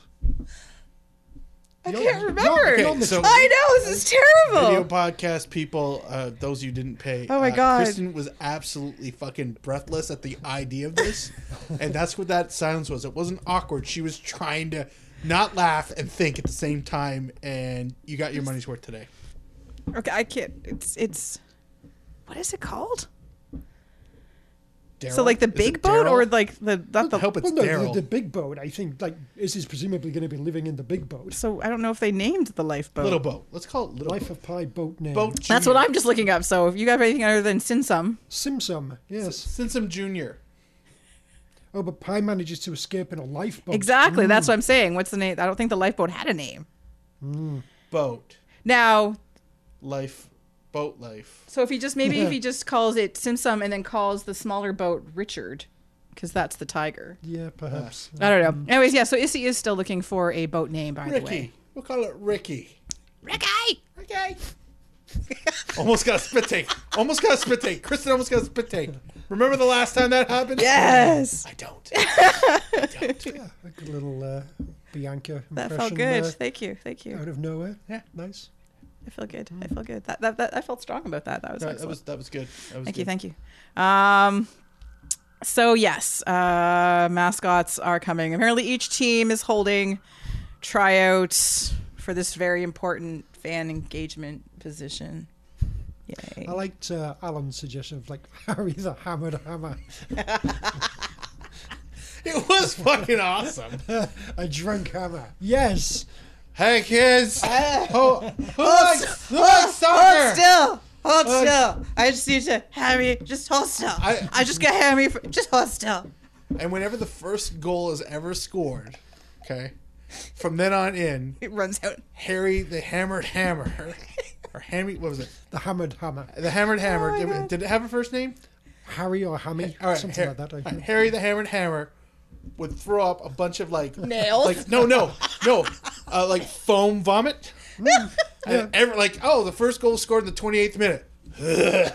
S2: I
S3: you'll-
S2: can't
S3: you'll-
S2: remember.
S1: okay, so-
S2: I know this is
S1: Video
S2: terrible.
S1: podcast people, uh, those you didn't pay.
S2: Oh my
S1: uh,
S2: God.
S1: Kristen was absolutely fucking breathless at the idea of this, <laughs> and that's what that silence was. It wasn't awkward. She was trying to not laugh and think at the same time, and you got your money's worth today.
S2: Okay, I can't. It's it's. What is it called? So
S1: Daryl?
S2: like the
S1: Is
S2: big
S1: it
S2: boat or
S1: Daryl?
S2: like the not
S1: I
S2: the
S1: hope it's
S3: well, no,
S1: Daryl.
S3: the, the big boat. I think like Izzy's presumably going to be living in the big boat.
S2: So I don't know if they named the lifeboat.
S1: little boat. Let's call it little
S3: Life
S1: boat.
S3: of Pi boat name.
S1: boat
S2: That's what I'm just looking up. So if you got anything other than Sinsum,
S3: Simsum. Yes.
S1: Simpson Junior.
S3: Oh, but Pi manages to escape in a
S1: Oh,
S3: lifeboat.
S2: exactly.
S1: mm.
S2: That's what I'm saying. What's the name? I don't think the lifeboat had a name.
S1: Boat
S2: Now
S1: life boat life.
S2: So if he just maybe if he just calls it Simsum and then calls the smaller boat Richard, because that's the tiger.
S3: Yeah, perhaps.
S2: I don't know. Anyways, yeah. So Issy is still looking for a boat name, by the way.
S1: Mm. Ricky. We'll call it Ricky.
S2: Ricky.
S1: Okay. almost got a spit take. Almost got a spit take. Kristen almost got a spit take. Remember the last time that happened?
S2: Yes.
S1: I
S2: <laughs>
S1: don't.
S3: yeah, a good little uh, Bianca impression.
S2: That felt good.
S3: there,
S2: Thank you. Thank you.
S3: out of nowhere.
S1: Yeah.
S3: nice.
S2: I feel good. I feel good. That, that, that I felt strong about that. Mm. That was
S1: That,
S2: excellent.
S1: was that was good. That was
S2: thank
S1: good.
S2: you. Thank you. Um, so yes, uh, mascots are coming. Apparently, each team is holding tryouts for this very important fan engagement position. Yay!
S3: I liked uh, Alan's suggestion of like <laughs> Harry the Hammered Hammer.
S1: It was fucking awesome.
S3: a drunk hammer. Yes.
S1: hey
S2: <laughs>
S1: kids.
S2: Ah.
S1: oh, who likes, who
S2: Hold-
S1: likes soccer?
S2: Hold oh, still. Hold still. I just need to Harry. Just hold still.
S1: I-
S2: I, just got Harry. For, just hold still.
S1: And whenever the first goal is ever scored, okay, from then on in,
S2: It runs out.
S1: Harry the Hammered Hammer, <laughs> or Hammy, what was it?
S3: The Hammered Hammer.
S1: The Hammered Hammer.
S2: Oh my
S1: did, it-
S2: God.
S1: did it have a first name?
S3: Harry or Hammy.
S2: Uh,
S1: All right,
S3: something
S1: Har-
S3: like that. I
S1: all right,
S2: <laughs>
S3: think.
S1: Harry the Hammered Hammer would throw up a bunch of like
S2: Nails.
S1: Like no, no, no, uh, like foam vomit.
S3: Mm, <laughs> Yeah.
S1: And every, like oh, the first goal was scored in the 28th minute. <laughs> uh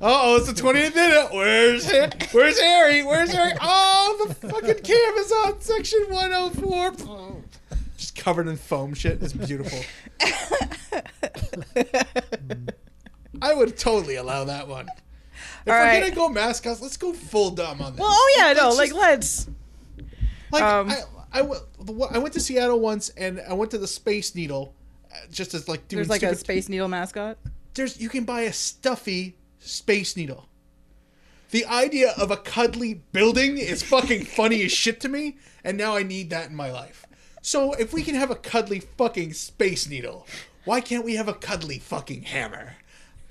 S1: oh, it's the 28th minute. Where's Ha- Where's Harry? Where's Harry? Oh, the fucking cam is on section 104. Just covered in foam shit. It's
S2: <laughs>
S1: beautiful.
S3: Mm.
S1: I would totally allow that one. If
S2: All
S1: we're
S2: right.
S1: gonna go mascots, let's go full dumb on this.
S2: Well, oh yeah, no,
S1: Let's
S2: like
S1: just-
S2: let's.
S1: like
S2: um,
S1: I, I, went, the one- I went to Seattle once, and I went to the Space Needle, uh, just as like doing
S2: There's like a
S1: stupid-
S2: space needle mascot.
S1: There's you can buy a stuffy Space Needle. The idea of a cuddly building is
S2: <laughs>
S1: fucking funny as shit to me, and now I need that in my life. So if we can have a cuddly fucking Space Needle, why can't we have a cuddly fucking hammer?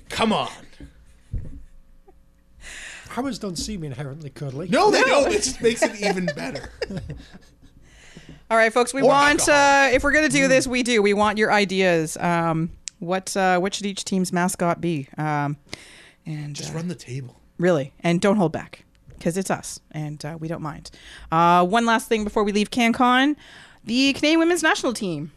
S1: Come on.
S3: Hammers don't seem inherently cuddly.
S1: No, they don't. It just
S2: <laughs>
S1: makes it even better.
S2: All right, folks, we
S1: Or
S2: want uh,
S1: alcohol. Hmm.
S2: if we're gonna do this, we do. We want your ideas. Um, what uh, what should each team's mascot be? Um, and
S1: Just
S2: uh,
S1: run the table.
S2: really, and don't hold back because it's us and uh, we don't mind. Uh, one last thing before we leave CanCon, the Canadian women's national team.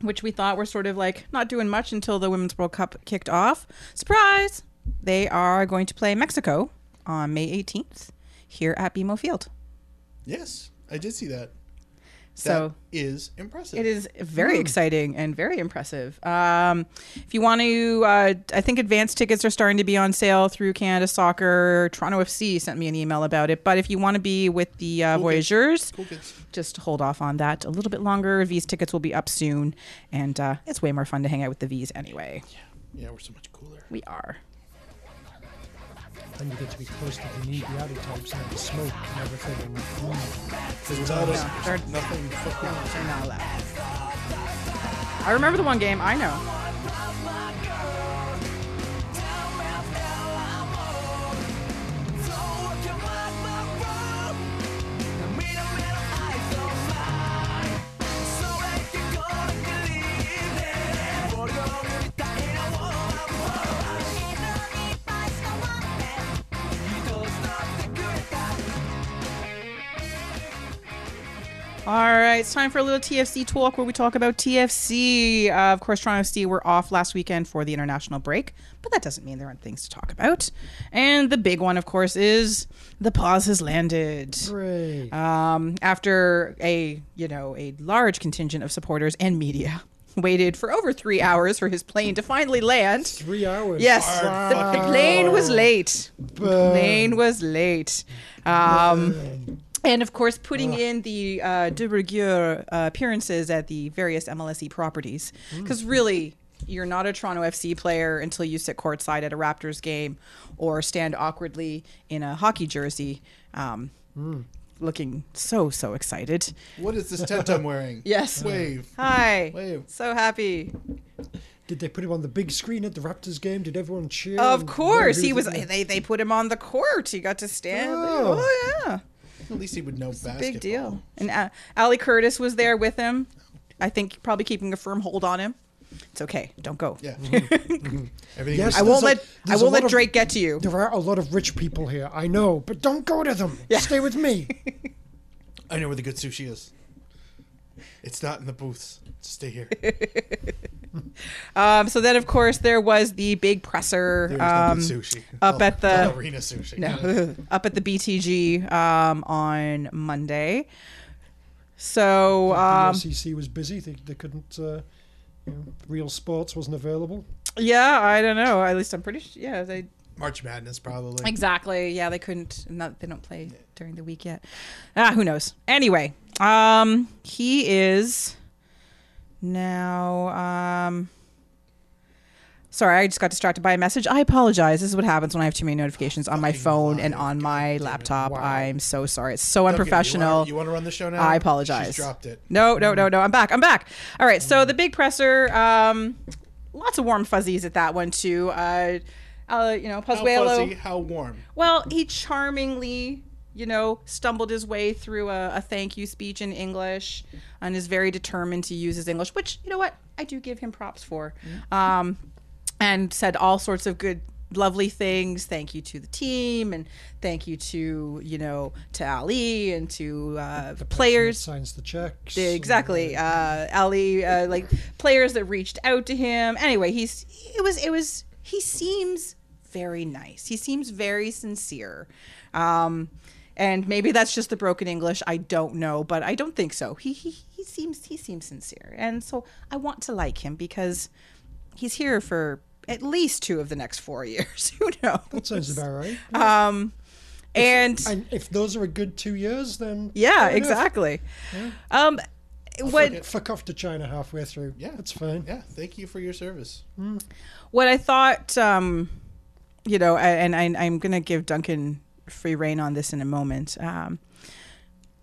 S2: Which we thought were sort of like not doing much until the Women's World Cup kicked off. Surprise! They are going to play Mexico on May 18th here at BMO Field.
S1: Yes, I did see that.
S2: So
S1: that is impressive.
S2: It is
S1: Hmm.
S2: very exciting and very impressive. Um, if you want to, uh, I think advanced tickets are starting to be on sale through Canada Soccer. Toronto FC sent me an email about it. But if you want to be with the uh, Voyageurs,
S1: Cool kids.
S2: just hold off on that a little bit longer. V's tickets will be up soon. And uh, it's way more fun to hang out with the V's anyway.
S1: Yeah, we're so much cooler.
S2: We are.
S3: And you get to be close to the inebriated types and have the smoke and everything. And, mm.
S1: Without us,
S2: They're,
S1: nothing fucking.
S2: they're not allowed. I remember the one game. I know. All right, it's time for a little TFC talk where we talk about TFC. Uh, of course, Toronto FC were off last weekend for the international break, but that doesn't mean there aren't things to talk about. And the big one, of course, is the pause has landed.
S3: Hooray.
S2: Um, after a you know a large contingent of supporters and media <laughs> waited for over three hours for his plane to finally land.
S3: Three hours.
S2: Yes,
S1: Hard
S2: the
S1: fucking
S2: plane
S1: no.
S2: was late. The
S3: Boo.
S2: plane was late. Um,
S3: Um,
S2: and of course, putting in the uh, de rigueur uh, appearances at the various MLSE E properties. Because really, you're not a Toronto FC player until you sit courtside at a Raptors game or stand awkwardly in a hockey jersey. Um, Looking so, so excited.
S1: What is this tent I'm wearing?
S2: <laughs> Yes.
S1: Wave.
S2: Hi.
S1: Wave.
S2: So happy.
S3: Did they put him on the big screen at the Raptors game? Did everyone cheer?
S2: Of
S3: and-
S2: course.
S3: Who
S2: He
S3: did
S2: was,
S3: they-
S2: they, they put him on the court. He got to stand.
S3: Oh.
S2: oh yeah.
S1: At least he would know basketball.
S2: Big deal. And uh, Ali Curtis was there with him. I think probably keeping a firm hold on him. It's okay. Don't go. <laughs>
S1: Yeah. Everything
S3: Yes.
S1: was-
S2: I won't
S3: There's a-
S2: let I
S3: there's
S2: won't
S3: a lot
S2: let
S3: of-
S2: Drake get to you.
S3: There are a lot of rich people here, I know, but don't go to them. Stay
S2: <laughs>
S3: with me.
S1: I know where the good sushi is. It's not in the booths. Just stay
S2: <laughs>
S1: here.
S2: Um, so then, of course, there was the big presser
S1: There's
S2: um,
S1: no good sushi.
S2: up
S1: Oh,
S2: at the-
S1: <laughs> arena sushi.
S2: <laughs> no, up at the BTG um, on Monday. So um,
S3: the SEC was busy; they, they couldn't. Uh, you know, real sports wasn't available.
S2: yeah, I don't know. At least I'm pretty. Sure, yeah, they
S1: March Madness probably.
S2: Exactly. Yeah, they couldn't. Not, they don't play during the week yet. Ah, who knows? Anyway, um, he is now. Um, sorry, I just got distracted by a message. I apologize. This is what happens when I have too many notifications on my phone and on my laptop.
S3: Wow.
S2: I'm so sorry. It's
S1: Okay,
S2: so
S1: you wanna-
S2: unprofessional.
S1: You want to run the show now?
S2: I apologize.
S1: She's dropped it.
S2: No, no, no, no. I'm back. I'm back. All right. So the big presser. Um, lots of warm fuzzies at that one too. Uh, uh, you know,
S1: How
S2: Pozuelo.
S1: fuzzy? How warm?
S2: Well, he charmingly, you know, stumbled his way through a, a thank you speech in English and is very determined to use his English, which, you know what, I do give him props for. Um, and said all sorts of good, lovely things. Thank you to the team and thank you to, you know, to Ali and to uh, the players.
S3: signs the checks.
S2: Yeah, exactly. Uh, Ali, uh, like players that reached out to him. Anyway, he's it was it was he seems very nice. He seems very sincere. Um, and maybe that's just the broken English. I don't know, but I don't think so. He he he seems he seems sincere, and so I want to like him because he's here for at least two of the next four <laughs> years. Who
S3: That <laughs>
S2: knows?
S3: sounds
S2: <laughs>
S3: about right.
S2: And
S3: and if those are a good two years, then
S2: yeah,
S3: fair enough.
S2: exactly. Um, what?
S1: forget-
S3: Fuck off to China halfway through.
S1: Yeah.
S3: that's fine.
S1: Yeah. Thank you for your service.
S2: what I thought, um, you know, a- and I, I'm going to give Duncan free reign on this in a moment. Um,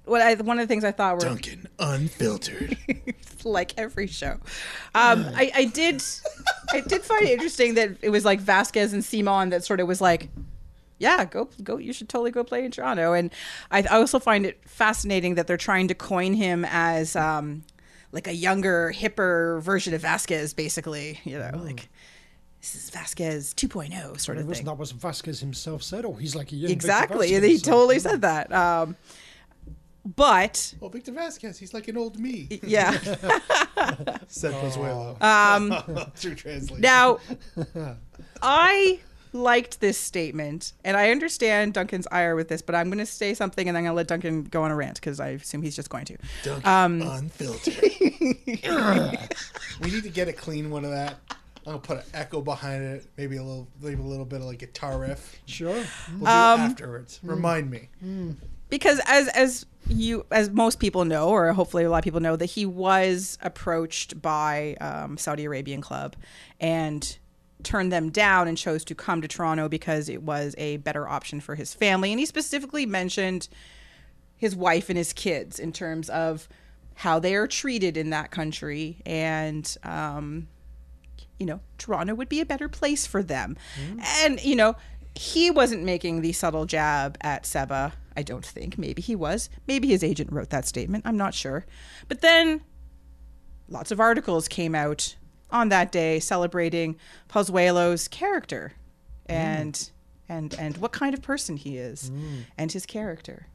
S2: what I, one of the things I thought were
S1: Duncan, <laughs> unfiltered.
S2: like every show, um, I, I did, I did find it interesting that it was like Vasquez and Simon that sort of was like, yeah, go go. You should totally go play in Toronto. And I, I also find it fascinating that they're trying to coin him as um, like a younger, hipper version of Vasquez, basically. You know, like this is Vasquez 2.0 sort
S3: Mm. It
S2: of
S3: wasn't
S2: thing.
S3: that was Vasquez himself said? Oh, he's like a young Victor
S2: Exactly, and
S3: Vasquez,
S2: he
S3: so-
S2: totally said that. Um, but
S1: oh, Victor Vasquez. He's like an old me.
S3: <laughs>
S2: yeah,
S1: Said Pozuelo. Um, <laughs> True translation.
S2: Oh. Now, I liked this statement, and I understand Duncan's ire with this, but I'm going to say something, and I'm going to let Duncan go on a rant because I assume he's just going to.
S1: Duncan, <laughs>
S2: um,
S1: unfiltered. we need to get a clean one of that. I'm gonna put an echo behind it, maybe a little, leave a little bit of like guitar riff.
S3: Sure.
S1: We'll do
S2: Um,
S1: it afterwards. Remind me.
S2: Because as as you as most people know, or hopefully a lot of people know, that he was approached by um, Saudi Arabian club and turned them down and chose to come to Toronto because it was a better option for his family. And he specifically mentioned his wife and his kids in terms of how they are treated in that country and um you know toronto would be a better place for them
S1: Mm-hmm.
S2: and you know he wasn't making the subtle jab at seba i don't think maybe he was maybe his agent wrote that statement i'm not sure but then lots of articles came out on that day celebrating Pozuelo's character
S1: Mm.
S2: and and and what kind of person he is
S1: Mm.
S2: and his character.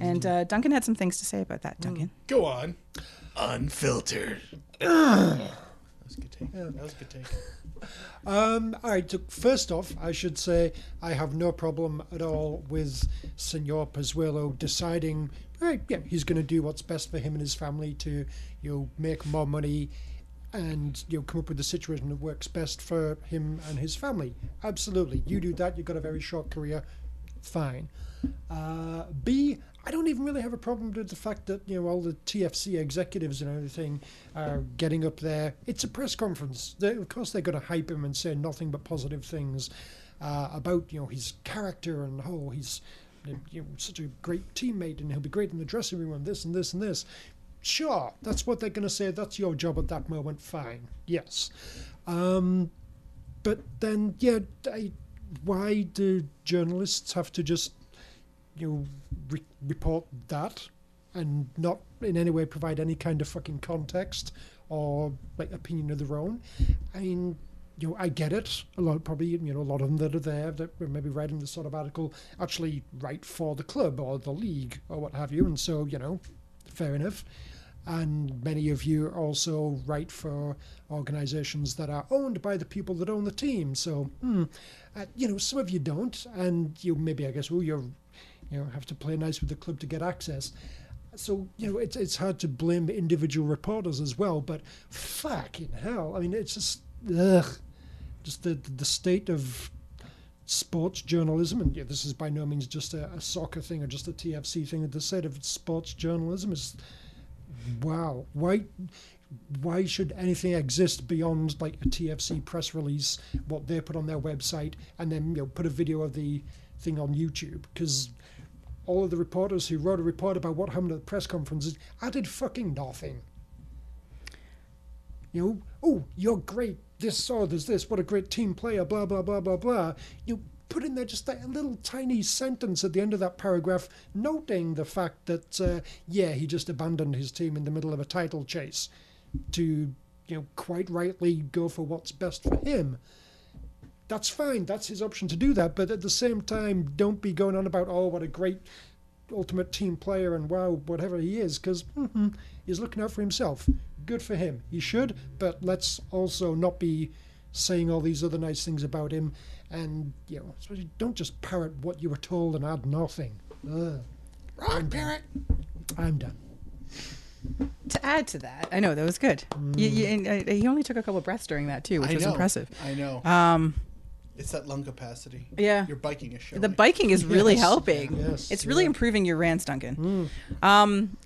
S2: And uh, Duncan had some things to say about
S1: Mm.
S2: that, Duncan.
S1: Go on. Unfiltered. that was a good take. That was a good take.
S3: Um, all right. so First off, I should say I have no problem at all with Senor Pazuello deciding, right, yeah, he's going to do what's best for him and his family to, you know, make more money and you know come up with a situation that works best for him and his family. Absolutely, you do that. You've got a very short career. Fine. Uh, B, I don't even really have a problem with the fact that you know all the TFC executives and everything are getting up there. It's a press conference. They, of course, they're going to hype him and say nothing but positive things uh, about you know his character and oh he's you know, such a great teammate and he'll be great in the dressing room and this and this and this. Sure, that's what they're going to say. That's your job at that moment. Fine. Yes. Um, but then, yeah, I, why do journalists have to just you know, re- report that and not in any way provide any kind of fucking context or like opinion of their own. I mean, you know, I get it. A lot, probably, you know, a lot of them that are there that were maybe writing this sort of article actually write for the club or the league or what have you. And so, you know, fair enough. And many of you also write for organisations that are owned by the people that own the team. So, hmm, uh, you know, some of you don't, and you maybe, I guess, oh, you're, you know, have to play nice with the club to get access. So, you know, it's it's hard to blame individual reporters as well. But fucking hell, I mean, it's just ugh, just the the state of sports journalism, and yeah, this is by no means just a, a soccer thing or just a TFC thing. The state of sports journalism is wow. Why why should anything exist beyond like a TFC press release, what they put on their website, and then you know put a video of the thing on YouTube? Because all of the reporters who wrote a report about what happened at the press conferences added fucking nothing. You know, oh, you're great. This or there's this. What a great team player. Blah blah blah blah blah. You put in there just that little tiny sentence at the end of that paragraph, noting the fact that uh, yeah, he just abandoned his team in the middle of a title chase to you know quite rightly go for what's best for him. That's fine. That's his option to do that. But at the same time, don't be going on about oh what a great ultimate team player and wow whatever he is because he's looking out for himself. Good for him. He should. But let's also not be saying all these other nice things about him. And you know, especially don't just parrot what you were told and add nothing. Ugh.
S1: Rock parrot.
S3: I'm done.
S2: To add to that, I know that was good. You, you, and, uh, he only took a couple of breaths during that too, which
S1: Mm. I
S2: was
S1: know.
S2: impressive.
S1: I know.
S2: Um,
S1: it's that lung capacity.
S2: yeah.
S1: Your biking is showing.
S2: The biking is really
S3: Yes.
S2: helping.
S3: Yes,
S2: It's really
S3: yeah. Mm.
S2: improving your rants, Duncan. Um,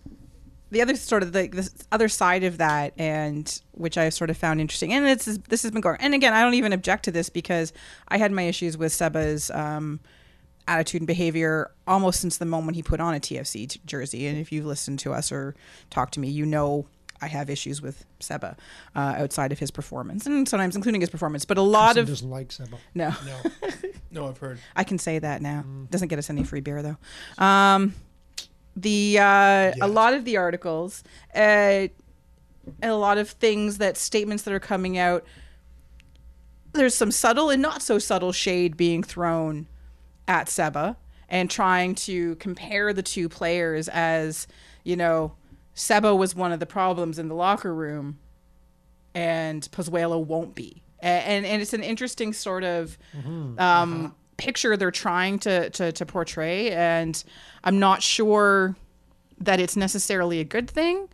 S2: the other sort of the, the other side of that, and which I sort of found interesting, and it's this has been going. And again, I don't even object to this because I had my issues with Seba's um, attitude and behavior almost since the moment he put on a TFC t- jersey. And if you've listened to us or talked to me, you know. I have issues with Seba uh, outside of his performance, and sometimes including his performance. But a lot
S3: Person
S2: of
S3: doesn't like Seba.
S2: no,
S1: No. No, I've heard.
S2: I can say that now. Doesn't get us any free beer though. Um, the uh, a lot of the articles, uh, a lot of things that statements that are coming out. There's some subtle and not so subtle shade being thrown at Seba and trying to compare the two players as you know, Seba was one of the problems in the locker room and Pozuelo won't be. A- And and it's an interesting sort of um, picture they're trying to, to to portray, and I'm not sure that it's necessarily a good thing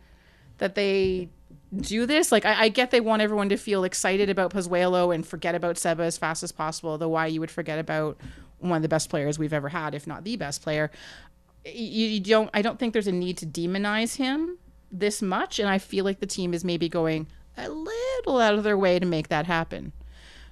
S2: that they do this. Like I, I get they want everyone to feel excited about Pozuelo and forget about Seba as fast as possible. Though why you would forget about one of the best players we've ever had, if not the best player. You, you don't. I don't think there's a need to demonize him this much, and I feel like the team is maybe going a little out of their way to make that happen.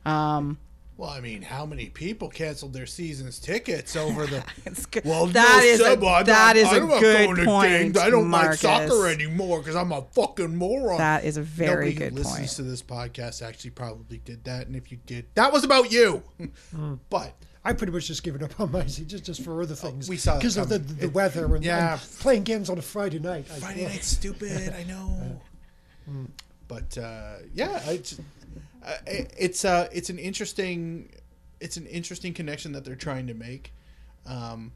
S2: Um,
S1: Well, I mean, how many people canceled their season's tickets over the?
S2: <laughs> It's good.
S1: Well,
S2: That
S1: no
S2: is a-
S1: sub, I'm not,
S2: that is a
S1: I'm not
S2: good
S1: going to
S2: point,
S1: games. I don't
S2: Marcus.
S1: like soccer anymore because I'm a fucking moron.
S2: That is a very
S1: Nobody
S2: good
S1: who listens
S2: point.
S1: to this podcast actually probably did that, and if you did, that was about you. But
S3: I pretty much just given up on my seat just, just for other things.
S1: Oh, we saw that
S3: because of the,
S1: coming.
S3: the
S1: It-
S3: weather and, and
S1: yeah.
S3: playing games on a Friday night. I-
S1: Friday
S3: yeah.
S1: night's stupid. I know. <laughs> But uh, yeah, it's uh, it- it's uh, it's an interesting it's an interesting connection that they're trying to make. Um,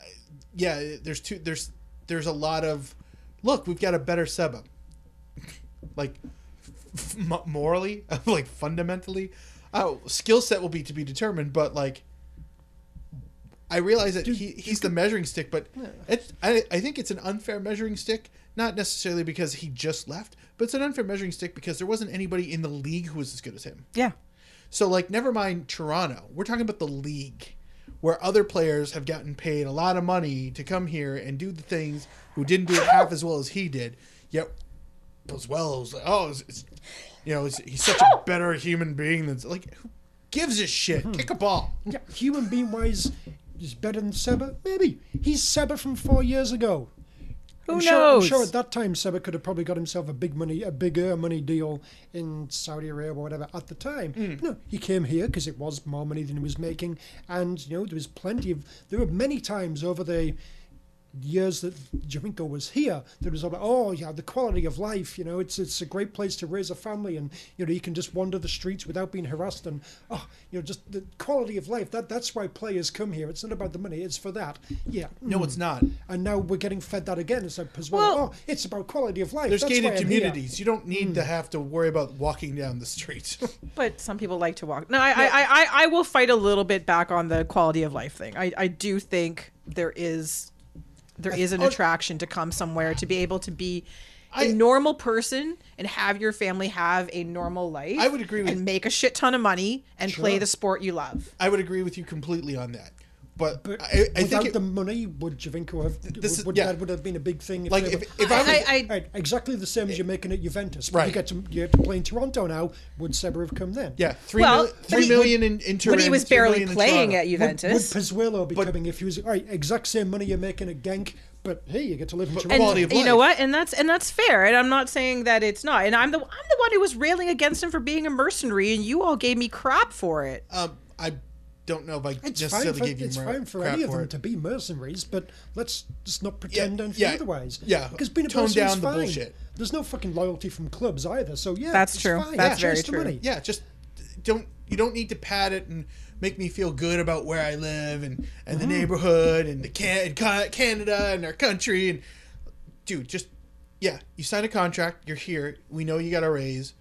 S1: I- yeah, there's two there's there's a lot of look. We've got a better Seba. <laughs> like f- f- morally, <laughs> like fundamentally, oh, skill set will be to be determined. But like, I realize that he, he's the measuring stick, but it's, I, I think it's an unfair measuring stick. Not necessarily because he just left, but it's an unfair measuring stick because there wasn't anybody in the league who was as good as him.
S2: yeah.
S1: So, like, never mind Toronto. We're talking about the league where other players have gotten paid a lot of money to come here and do the things who didn't do it half as well as he did. Yet, Pozuelo's like, oh, it's, it's, you know, it's, he's such a better human being than, like, who gives a shit? Kick a ball.
S3: Yeah, human being wise, is better than Seba. Maybe he's Seba from four years ago.
S2: Who
S3: I'm
S2: knows?
S3: Sure, I'm sure at that time Seba could have probably got himself a big money, a bigger money deal in Saudi Arabia or whatever at the time.
S2: Hmm.
S3: No, he came here because it was more money than he was making, and you know there was plenty of. There were many times over the years that Javinko was here, that was all about, oh, yeah, the quality of life, you know, it's it's a great place to raise a family and, you know, you can just wander the streets without being harassed and, oh, you know, just the quality of life. That That's why players come here. It's not about the money, it's for that. Yeah.
S1: No, it's not.
S3: And now we're getting fed that again. It's like, as well,
S2: Well-
S3: oh, it's about quality of life.
S1: There's
S3: That's Hmm.
S1: gated
S3: why I'm here."
S1: communities. You don't need to have to worry about walking down the street. <laughs>
S2: But some people like to walk. No, I, I, I, I, I will fight a little bit back on the quality of life thing. I, I do think there is, there is an
S1: oh.
S2: attraction to come somewhere to be able to be a
S1: I-
S2: normal person and have your family have a normal life.
S1: I would agree with-
S2: and make a shit ton of money and play
S3: Sure.
S2: the sport you love.
S1: I would agree with you completely on that. But,
S3: But
S1: I, I
S3: without
S1: think it,
S3: the money, would Javinko have?
S1: This is-
S3: would,
S1: yeah.
S3: that would have been a big thing. If
S1: like
S3: they
S1: if,
S3: were-
S1: if I was,
S2: I- I-
S3: Right, exactly the same as you're making at Juventus. But
S1: Right.
S3: You get to you get to play in Toronto now. Would Seber have come then?
S1: yeah, three
S2: Well,
S1: mil-
S2: but
S1: three
S2: he-
S1: million in, in Turin,
S2: but he was
S1: three
S2: barely
S1: million in
S2: playing
S1: Toronto.
S2: at
S3: Would, would
S2: Juventus.
S3: Pezuelo be
S1: But-
S3: coming if he was all right? Exact same money you're making at Genk, but hey, you get to live in
S1: But
S3: Toronto.
S2: and
S1: quality of
S2: you know
S1: life.
S2: what and that's and that's fair and i'm not saying that it's not and i'm the i'm the one who was railing against him for being a mercenary and you all gave me crap for it
S1: Um, I don't know if I
S3: it's fine
S1: necessarily
S3: for,
S1: gave you
S3: it's
S1: more
S3: fine for
S1: crap
S3: any of them
S1: it.
S3: to be mercenaries, but let's just not pretend and feel
S1: yeah,
S3: otherwise.
S1: yeah.
S3: because being a
S1: Tone
S3: mercenary is
S1: down the
S3: fine.
S1: bullshit.
S3: There's no fucking loyalty from clubs either. So yeah,
S2: That's
S3: it's
S2: true.
S3: Fine.
S2: That's
S3: yeah,
S2: very
S3: chase the
S2: true.
S3: Money.
S1: yeah, just don't you don't need to pat it and make me feel good about where I live and, and the neighborhood and the can, and Ca- Canada and our country and dude, just yeah, you sign a contract, you're here, we know you got a raise.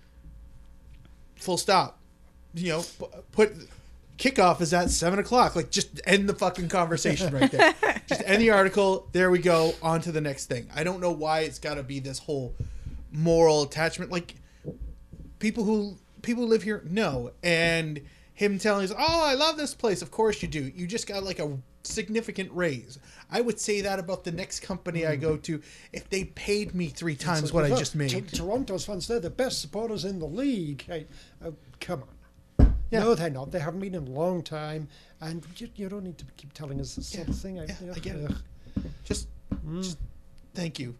S1: Full stop. You know, p- put kickoff is at seven o'clock. Like just end the fucking conversation right there. just end the article. There we go. On to the next thing. I don't know why it's got to be this whole moral attachment. Like people who people who live here know and him telling us oh i love this place of course you do you just got like a significant raise i would say that about the next company i go to if they paid me three times what i
S3: Look,
S1: just
S3: T-
S1: made
S3: Toronto's fans, they're the best supporters in the league. Hey, oh, come on. No, they're not. They haven't been in a long time. And you, you don't need to keep telling us this sort of thing. I,
S1: yeah,
S3: you know,
S1: I get it.
S3: ugh.
S1: just, just thank you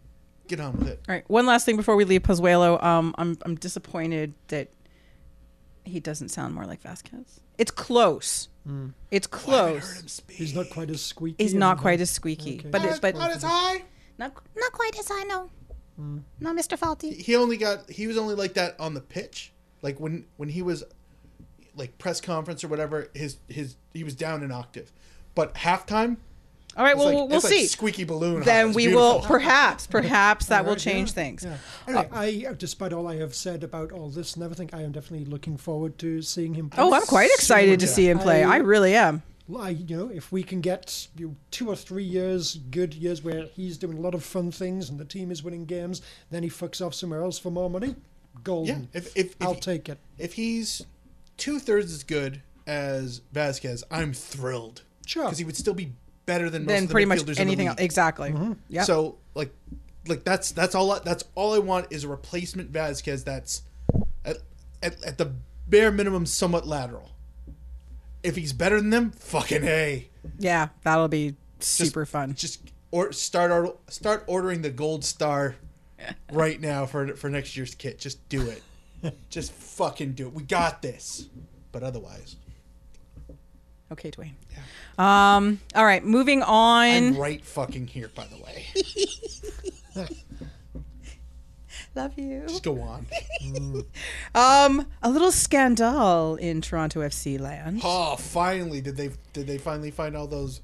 S1: get on with it
S2: all right one last thing before we leave pozuelo um i'm i'm disappointed that he doesn't sound more like vasquez it's close it's
S1: I haven't heard
S2: close
S1: him speak.
S3: He's not quite as squeaky.
S2: He's
S3: and,
S2: not
S3: uh,
S2: quite as squeaky,
S3: Okay.
S2: but
S1: not,
S2: it,
S1: as-
S2: but
S1: not as high
S2: not not quite as I know. No, Mr. Faulty.
S1: he only got he was only like that on the pitch like when when he was like press conference or whatever his his he was down an octave but halftime
S2: All right,
S1: it's
S2: well
S1: like-
S2: we'll- we'll
S1: it's
S2: see.
S1: like squeaky balloon high.
S2: then
S1: It's
S2: we
S1: beautiful.
S2: will perhaps perhaps that will
S3: Right, yeah,
S2: change things.
S3: yeah. Anyway, I, uh, despite all I have said about all this and everything, I am definitely looking forward to seeing him.
S2: Oh,
S3: play.
S2: I'm quite excited to
S1: down.
S2: see him play. I
S3: I-
S2: really am.
S3: Well, I, you know, if we can get you know, two or three years, good years where he's doing a lot of fun things and the team is winning games, then he fucks off somewhere else for more money.
S1: Yeah,
S3: Golden.
S1: if if
S3: I'll
S1: if,
S3: take it.
S1: if he's two thirds as good as Vasquez, I'm thrilled.
S3: Sure.
S1: because he would still be better than most
S2: Then
S1: of the
S2: pretty much
S1: midfielders in the
S2: anything
S1: league. Mm-hmm.
S2: else. Exactly. Yeah.
S1: So like, like that's that's all I, that's all I want is a replacement Vasquez that's at, at at the bare minimum somewhat lateral. If he's better than them, fucking a.
S2: yeah, that'll be
S1: Just-
S2: super fun.
S1: Just or start or, start ordering the gold star right now for for next year's kit. Just do it.
S2: <laughs>
S1: Just fucking do it. We got this. But otherwise,
S2: Okay, Dwayne. Um. All right, moving
S1: I'm
S2: on.
S1: right fucking here. By the way,
S2: Love you.
S1: just go on.
S2: Um, a little scandal in Toronto FC land.
S1: Oh, finally did they did they finally find all those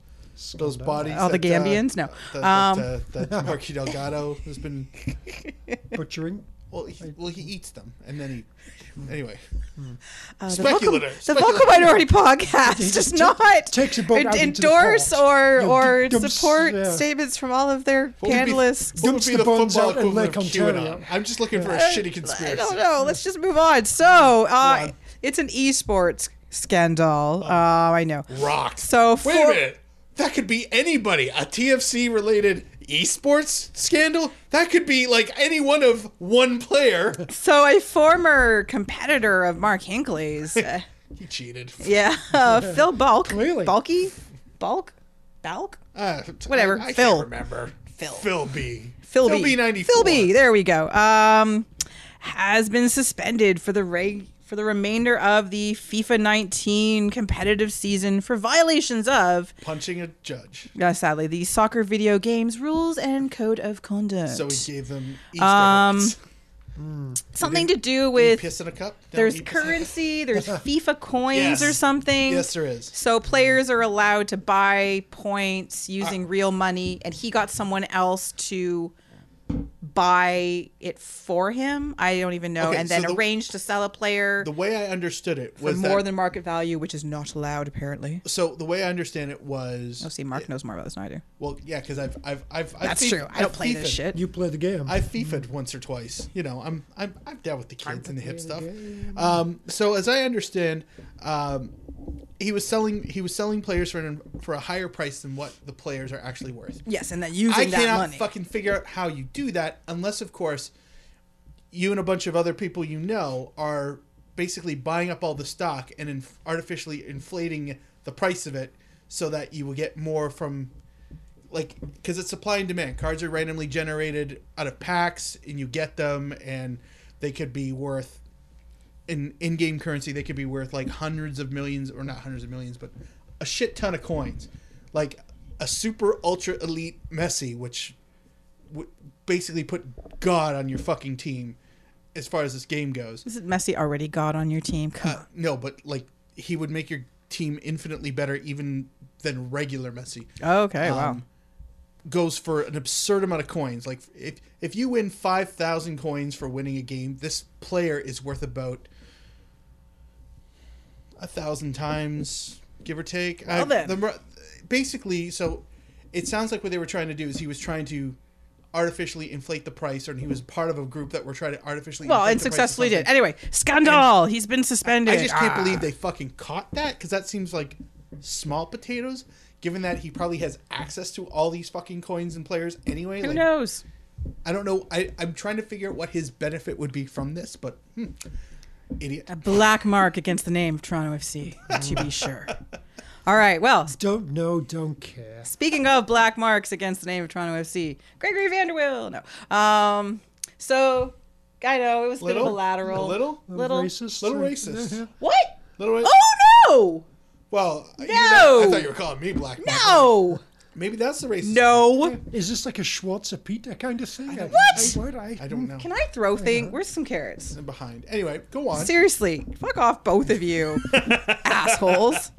S1: those bodies?
S2: All the
S1: that, uh,
S2: Gambians? No.
S1: That,
S2: Um,
S1: that, uh,
S2: <laughs>
S1: that Marquis Delgado has been.
S3: Butchering.
S1: Well,
S3: <laughs>
S1: he, well, he eats them and then he. Anyway,
S2: Uh, the
S1: Speculator.
S2: Vulcan- The Vulcan
S1: <laughs>
S2: Minority Podcast does not
S3: takes a boat out into the
S2: endorse
S3: port.
S2: or
S3: Yeah,
S2: or
S3: dumps-
S2: support
S3: yeah.
S2: statements from all of their
S1: what would be-
S2: panelists.
S1: what would
S3: Dumps
S1: be
S3: the
S1: the
S3: bones
S1: football
S3: out in
S1: equivalent of
S3: Lake Ontario.
S1: QAnon? I'm just looking for a shitty conspiracy.
S2: I don't know. Let's just move on. So, uh,
S1: on.
S2: it's an esports scandal. Uh, I know.
S1: Rocked.
S2: So for,
S1: Wait a minute. That could be anybody. A TFC related esports scandal? That could be like any one of one player.
S2: so a former competitor of Mark <laughs> Hinckley's. uh,
S1: he cheated.
S2: Yeah, uh, Phil Bulk.
S3: Clearly.
S2: Bulky? Bulk? Balk?
S1: Uh,
S2: Whatever.
S1: I, I
S2: Phil.
S1: Can't remember.
S2: Phil.
S1: Phil B.
S2: Phil,
S1: Phil
S2: B.
S1: B. 94.
S2: Phil B. There we go. Um, has been suspended for the reg-
S5: for the remainder of the FIFA 19 competitive season for violations of,
S1: punching a judge.
S5: uh, sadly, the soccer video games rules and code of conduct.
S1: So we gave them Easter
S5: Um,
S1: eggs.
S5: Something to do
S1: You
S5: with
S1: piss in a cup. No,
S5: there's
S1: you piss in a- <laughs>
S5: currency, there's FIFA coins or
S1: Yes.
S5: something.
S1: Yes, there is.
S5: So players are allowed to buy points using real money, and he got someone else to buy it for him. I don't even know,
S1: Okay,
S5: and then
S1: so the-
S5: arrange to sell a player
S1: The way I understood it
S5: for
S1: was
S5: more
S1: that,
S5: than market value, which is not allowed apparently.
S1: So the way I understand it was.
S5: Oh, see, Mark knows more about this than I do.
S1: Well, yeah, because I've, I've, I've. I've
S5: That's
S1: fif-
S5: true. I
S1: I've
S5: don't play this
S1: fifa'd.
S5: shit.
S3: You play the game.
S1: I FIFA'd once or twice. You know, I'm I'm I'm down with the kids and the hip stuff. Um, so as I understand, um, he was selling he was selling players for an, for a higher price than what the players are actually worth.
S5: yes, and then using
S1: I
S5: that
S1: cannot
S5: money.
S1: fucking figure out how you do that unless, of course, you and a bunch of other people you know are basically buying up all the stock and inf- artificially inflating the price of it so that you will get more from like because it's supply and demand cards are randomly generated out of packs and you get them and they could be worth in in-game currency they could be worth like hundreds of millions or not hundreds of millions but a shit ton of coins like a super ultra elite messi which w- basically put god on your fucking team as far as this game goes
S5: Isn't Messi already God on your team? Come on.
S1: no but like he would make your team infinitely better even than regular messi
S5: okay, wow.
S1: um, goes for an absurd amount of coins. Like if if you win five thousand coins for winning a game, this player is worth about a thousand times, give or take.
S5: Well, then.
S1: the mo- basically, so it sounds like what they were trying to do is he was trying to artificially inflate the price, or he was part of a group that were trying to artificially.
S5: Well,
S1: inflate
S5: and
S1: the price of
S5: successfully
S1: something.
S5: did. Anyway, scandal. He's been suspended.
S1: I just can't
S5: Ah.
S1: believe they fucking caught that because that seems like small potatoes. Given that he probably has access to all these fucking coins and players anyway,
S5: Who
S1: like,
S5: knows?
S1: I don't know. I, I'm trying to figure out what his benefit would be from this, but hmm, idiot.
S5: A black mark against the name of Toronto FC, to be sure. All right. Well,
S3: don't know, don't care.
S5: Speaking of black marks against the name of Toronto FC, Gregory Vanderwill. No. Um, so I know it was a bit of a
S1: Little?
S5: lateral.
S1: A little?
S3: Little
S5: Little.
S3: racist.
S1: Little
S3: uh,
S1: racist.
S3: yeah, yeah.
S5: What?
S1: Little Ray-
S5: Oh
S1: Well, no. I
S5: No!
S1: thought you were calling me black.
S5: no!
S1: Michael.
S5: No!
S1: Maybe that's the racist.
S5: No!
S3: Is this like a Schwarzer Peter kind of thing? I-
S5: What?
S3: I, would, I,
S1: I don't know.
S5: Can I throw thing? Where's some carrots?
S1: I'm behind. Anyway, go on.
S5: Seriously, fuck off, both of you, assholes!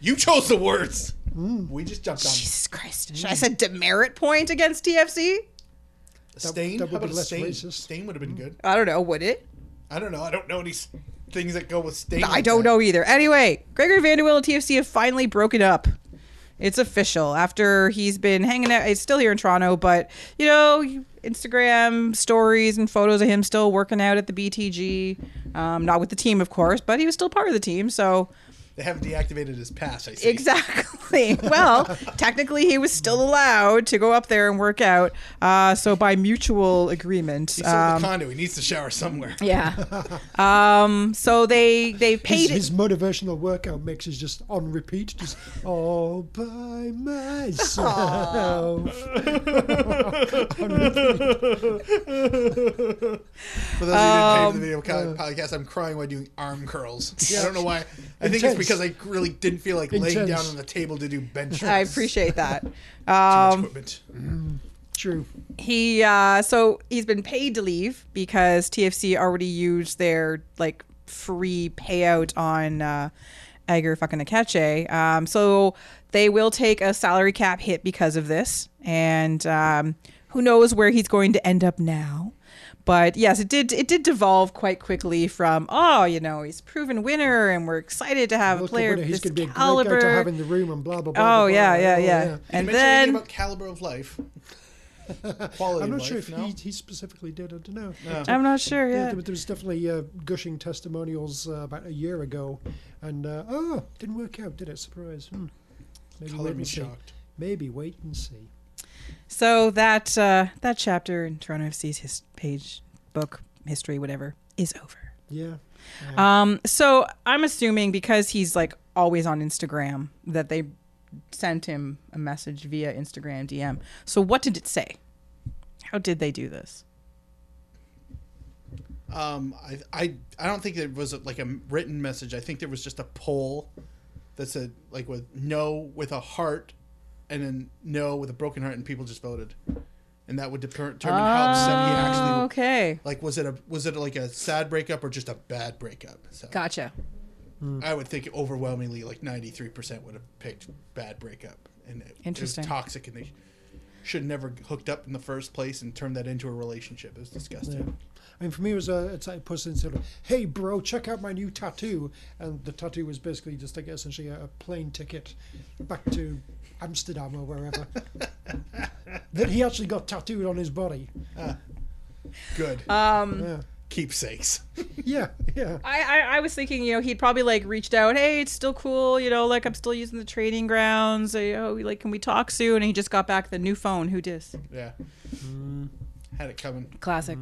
S1: you chose the words. We just jumped on
S5: Jesus Christ! Should I said demerit point against TFC?
S1: stain. How
S3: that would be
S1: about a
S3: less
S1: stain?
S3: racist.
S1: Stain would have been good.
S5: I don't know. Would it?
S1: I don't know. I don't know any s- things that go with stain.
S5: I
S1: like
S5: don't
S1: that.
S5: know either. Anyway, Gregory Vanderwill and TFC have finally broken up. It's official after he's been hanging out. He's still here in Toronto, but you know, Instagram stories and photos of him still working out at the BTG. Um, not with the team, of course, but he was still part of the team. So
S1: They haven't deactivated his pass. I see.
S5: Exactly. <laughs> Well, technically, he was still allowed to go up there and work out. Uh, so by mutual agreement,
S1: He sold
S5: um,
S1: the condo. He needs to shower
S3: <laughs>
S1: somewhere.
S5: yeah. Um, so they they
S3: his,
S5: paid
S3: his motivational workout mix is just on repeat, just all by myself.
S5: <laughs>
S1: For those of you who didn't pay for the
S5: Um, uh,
S1: video co- podcast, I'm crying while doing arm
S5: <laughs>
S1: curls. I don't know why. I think it's
S3: Intense.
S1: because I really didn't feel like laying
S3: Intense.
S1: down on the table to do bench
S5: I
S1: press
S5: appreciate
S1: <laughs>
S5: Um, that. <laughs>
S1: equipment.
S3: True.
S5: He uh so he's been paid to leave because TFC already used their like free payout on uh Edgar fucking Akeche. Um so they will take a salary cap hit because of this and um who knows where he's going to end up now. But yes, it did it did devolve quite quickly from oh, you know, he's proven winner and we're excited to have
S3: Look
S5: a player
S3: at
S5: of
S3: what
S5: this
S3: he's going to be a great
S5: caliber.
S3: guy to have in the room and blah blah blah. blah,
S5: oh yeah,
S3: blah,
S5: yeah,
S3: oh,
S5: yeah,
S1: And
S5: And
S1: you then
S5: then
S1: about caliber of life, <laughs> quality.
S3: I'm not
S1: of
S3: sure
S1: life,
S3: if
S1: no?
S3: he, he specifically did. I don't know.
S5: I'm not sure,
S3: Yeah,
S5: yeah.
S3: there, there was definitely uh, gushing testimonials uh, about a year ago, and uh, oh, didn't work out, did it? Surprise. Hmm. Maybe
S1: Color
S3: wait
S1: me
S3: and see.
S1: shocked.
S3: Maybe wait and see.
S5: So that uh, that chapter in Toronto FC's his page book history whatever is over.
S3: Yeah.
S5: Um, so I'm assuming because he's like always on Instagram that they sent him a message via Instagram DM. So what did it say? How did they do this?
S1: Um, I, I I don't think there was like a written message. I think there was just a poll that said like with no with a heart, and then no with a broken heart, and people just voted, and that would deter- determine how upset he actually
S5: Ah, Oh, okay.
S1: like was it a was it like a sad breakup or just a bad breakup? So
S5: Gotcha.
S1: I would think overwhelmingly like ninety three percent would have picked bad breakup, and it,
S5: Interesting.
S1: it was toxic, and they should never hooked up in the first place and turned that into a relationship. It was disgusting.
S3: I mean, for me, it was a, a type of person said, "Hey, bro, check out my new tattoo," and the tattoo was basically just like essentially a, a plane ticket back to Amsterdam or wherever <laughs> that he actually got tattooed on his body.
S1: Good
S5: Um,
S3: Yeah,
S1: keepsakes.
S3: yeah, yeah.
S5: I, I I was thinking, you know, he'd probably like reached out, hey, it's still cool, you know, like I'm still using the training grounds. I, oh, like can we talk soon? And he just got back the new phone. Who dis?
S1: Yeah, had it coming.
S5: Classic.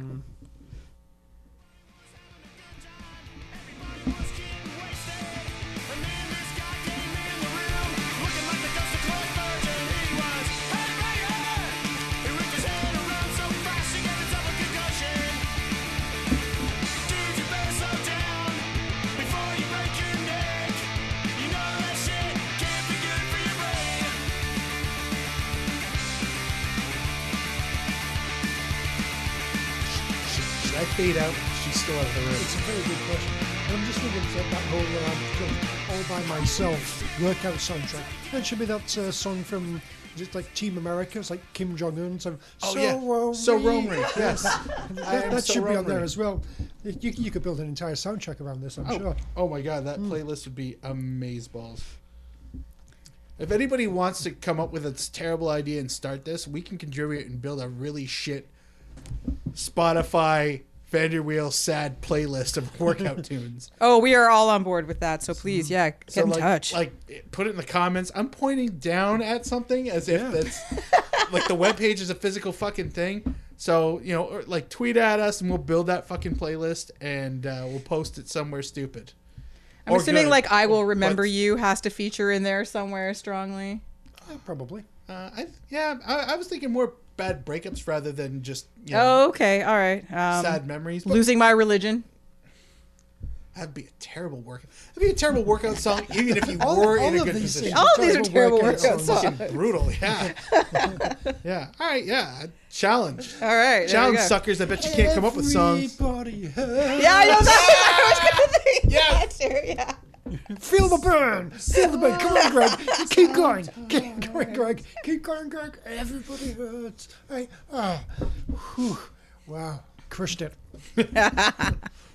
S1: Should I fade out? She's still out of the room.
S3: It's a very good question. And I'm just thinking that that whole uh, all by myself workout soundtrack. That should be that uh, song from is it like Team America? It's like Kim Jong Un. So,
S1: Oh
S3: so
S1: yeah,
S3: Romery.
S1: so Romery. <laughs> Yes.
S3: That,
S1: am
S3: that
S1: so
S3: should be on there
S1: Romery.
S3: as well. You, you could build an entire soundtrack around this, I'm
S1: Oh,
S3: sure.
S1: oh my god, that playlist would be amazeballs. If anybody wants to come up with a terrible idea and start this, we can contribute and build a really shit Spotify Vanderweel sad playlist of <laughs> workout tunes.
S5: Oh, we are all on board with that. So please, yeah, get in
S1: Mm-hmm. like,
S5: touch.
S1: like put it in the comments. I'm pointing down at something as if that's like the webpage is a physical fucking thing. So you know, or, like tweet at us and we'll build that fucking playlist and uh, we'll post it somewhere stupid.
S5: I'm
S1: or
S5: assuming
S1: good.
S5: like I will remember
S1: But-
S5: you has to feature in there somewhere strongly.
S3: Yeah, probably.
S1: Uh, I yeah, I, I was thinking more bad breakups rather than just you know,
S5: Oh, okay, all right. Um,
S1: sad memories. But
S5: losing my religion.
S1: that'd be a terrible workout. That'd be a terrible workout
S5: <laughs>
S1: song, even if you
S3: All-
S1: were
S3: all
S1: in a
S3: of
S1: good
S3: these
S1: position.
S3: things
S5: All these are terrible workout
S3: songs.
S5: songs.
S1: Fucking brutal, yeah, <laughs> yeah. All right, yeah. Challenge,
S5: All right, there we
S1: challenge
S5: go.
S1: suckers. I bet you can't come up with songs.
S3: Everybody hurts.
S5: Yeah, I know that. <laughs> I
S1: <laughs>
S5: was gonna think
S1: Yeah.
S5: that too. Yeah.
S3: Feel the burn. Feel the burn. Come on, Greg. Keep going. Keep going, Greg. Keep going, Greg. Everybody hurts. I, ah, whew. Wow. Crushed it.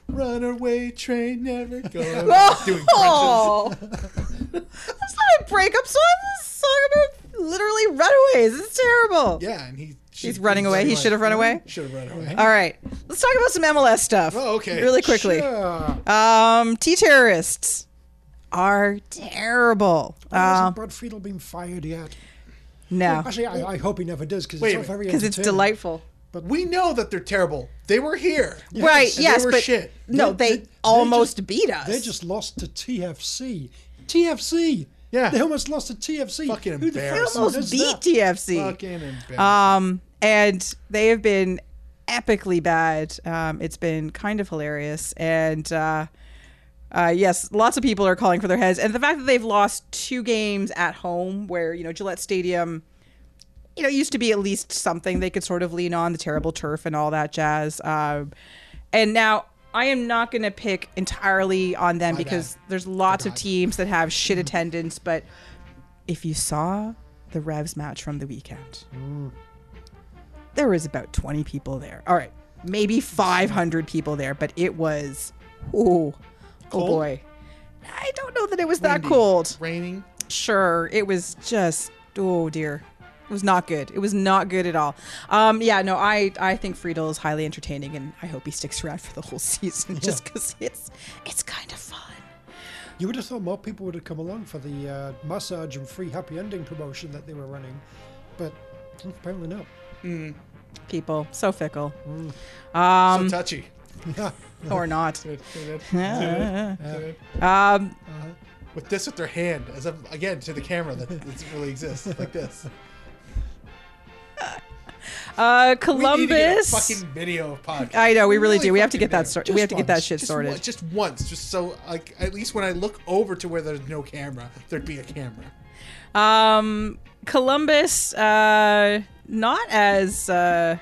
S1: Runaway train never goes. <laughs> Doing crunches.
S5: <laughs> Oh, that's not a breakup song. This is a song about literally runaways. It's terrible.
S1: Yeah, and he she-
S5: He's running away. He should have run away.
S1: Should have run away.
S5: All right, let's talk about some MLS stuff.
S1: Oh, okay.
S5: Really quickly.
S3: Sure.
S5: Um, T terrorists are terrible. Uh,
S1: Oh,
S3: Hasn't Brad Friedel been fired yet?
S5: no,
S3: Actually, I, I hope he never does because it's
S1: Wait a
S3: not
S1: minute.
S3: very
S5: because it's
S3: entertaining.
S5: delightful.
S1: We know that they're terrible. They were here.
S5: Right?
S1: And they
S5: Yes,
S1: were
S5: but
S1: shit.
S5: no,
S3: They-
S5: Oh, they,
S3: they- they
S5: almost
S3: just-
S5: beat us.
S3: They just lost to TFC. TFC.
S1: Yeah.
S3: They almost lost to TFC.
S1: Fucking
S3: Who the fuck
S1: embarrassing.
S5: almost
S3: does
S5: beat
S3: that?
S5: TFC.
S1: Fucking embarrassing.
S5: Um, and they have been epically bad. Um, it's been kind of hilarious. And uh, uh, yes, lots of people are calling for their heads. And the fact that they've lost two games at home, where, you know, Gillette Stadium, you know, used to be at least something they could sort of lean on the terrible turf and all that jazz. Um, and now. I am not going to pick entirely on them because there's lots of teams that have shit attendance, but if you saw the Revs match from the weekend, there was about 20 people there. All right, maybe 500 people there, but it was, oh, oh
S1: Cold?
S5: boy. I don't know that it was that cold.
S1: Raining.
S5: Sure, it was just, oh dear. It was not good. It was not good at all. Um, yeah, no, I, I think Friedel is highly entertaining, and I hope he sticks around for the whole <laughs> season just because it's it's kind of fun.
S3: You would have thought more people would have come along for the uh, massage and free happy ending promotion that they were running, but apparently not.
S5: People so fickle
S1: so touchy. <laughs>
S5: or not.
S1: Uh, Um, with this with their hand, as if, again to the camera that it really exists like this. We need to get
S5: Uh,
S1: a
S5: Columbus.
S1: fucking video of podcast.
S5: I know we really, do. We have to
S3: fucking
S5: get that
S3: do.
S5: sorted.
S3: Just
S5: We have to get that
S3: once.
S5: shit
S1: just
S5: sorted.
S1: one- just once, just so like at least when I look over to where there's no camera, there'd be a camera.
S5: Um, Columbus, uh, not as, uh,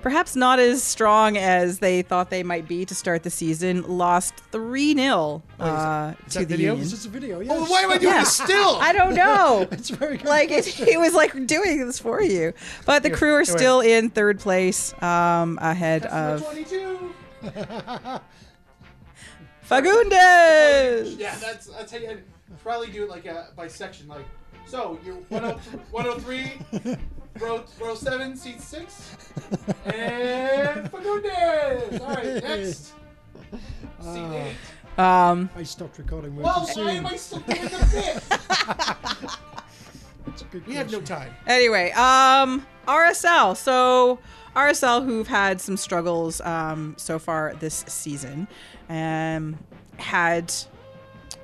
S5: perhaps not as strong as they thought they might be to start the season, lost 3 0 uh,
S1: Oh, is
S5: to
S1: that
S5: the
S1: video?
S5: Union.
S3: This is a video. Yes.
S1: Oh, why am I doing
S5: Yeah.
S1: this still?
S5: <laughs> I don't know.
S3: <laughs> It's very good.
S5: like it, he was like doing this for you. But the crew are
S1: here.
S5: still in third place, um, ahead of
S1: 22.
S5: Fagundes.
S1: Yeah, that's that's how you I'd probably do it like a, by section. Like, so you're oh, 103, 103 row, row 7, seat 6, and Fagundes! All right, next. Seat 8.
S5: Um,
S3: <laughs> I stopped recording. way
S1: Well,
S3: too
S1: why
S3: soon.
S1: am I still doing the bit?
S3: It's a
S1: <laughs>
S3: good
S1: We have no
S3: question.
S1: time.
S5: Anyway, um, RSL. So RSL, who've had some struggles um, so far this season, um, had,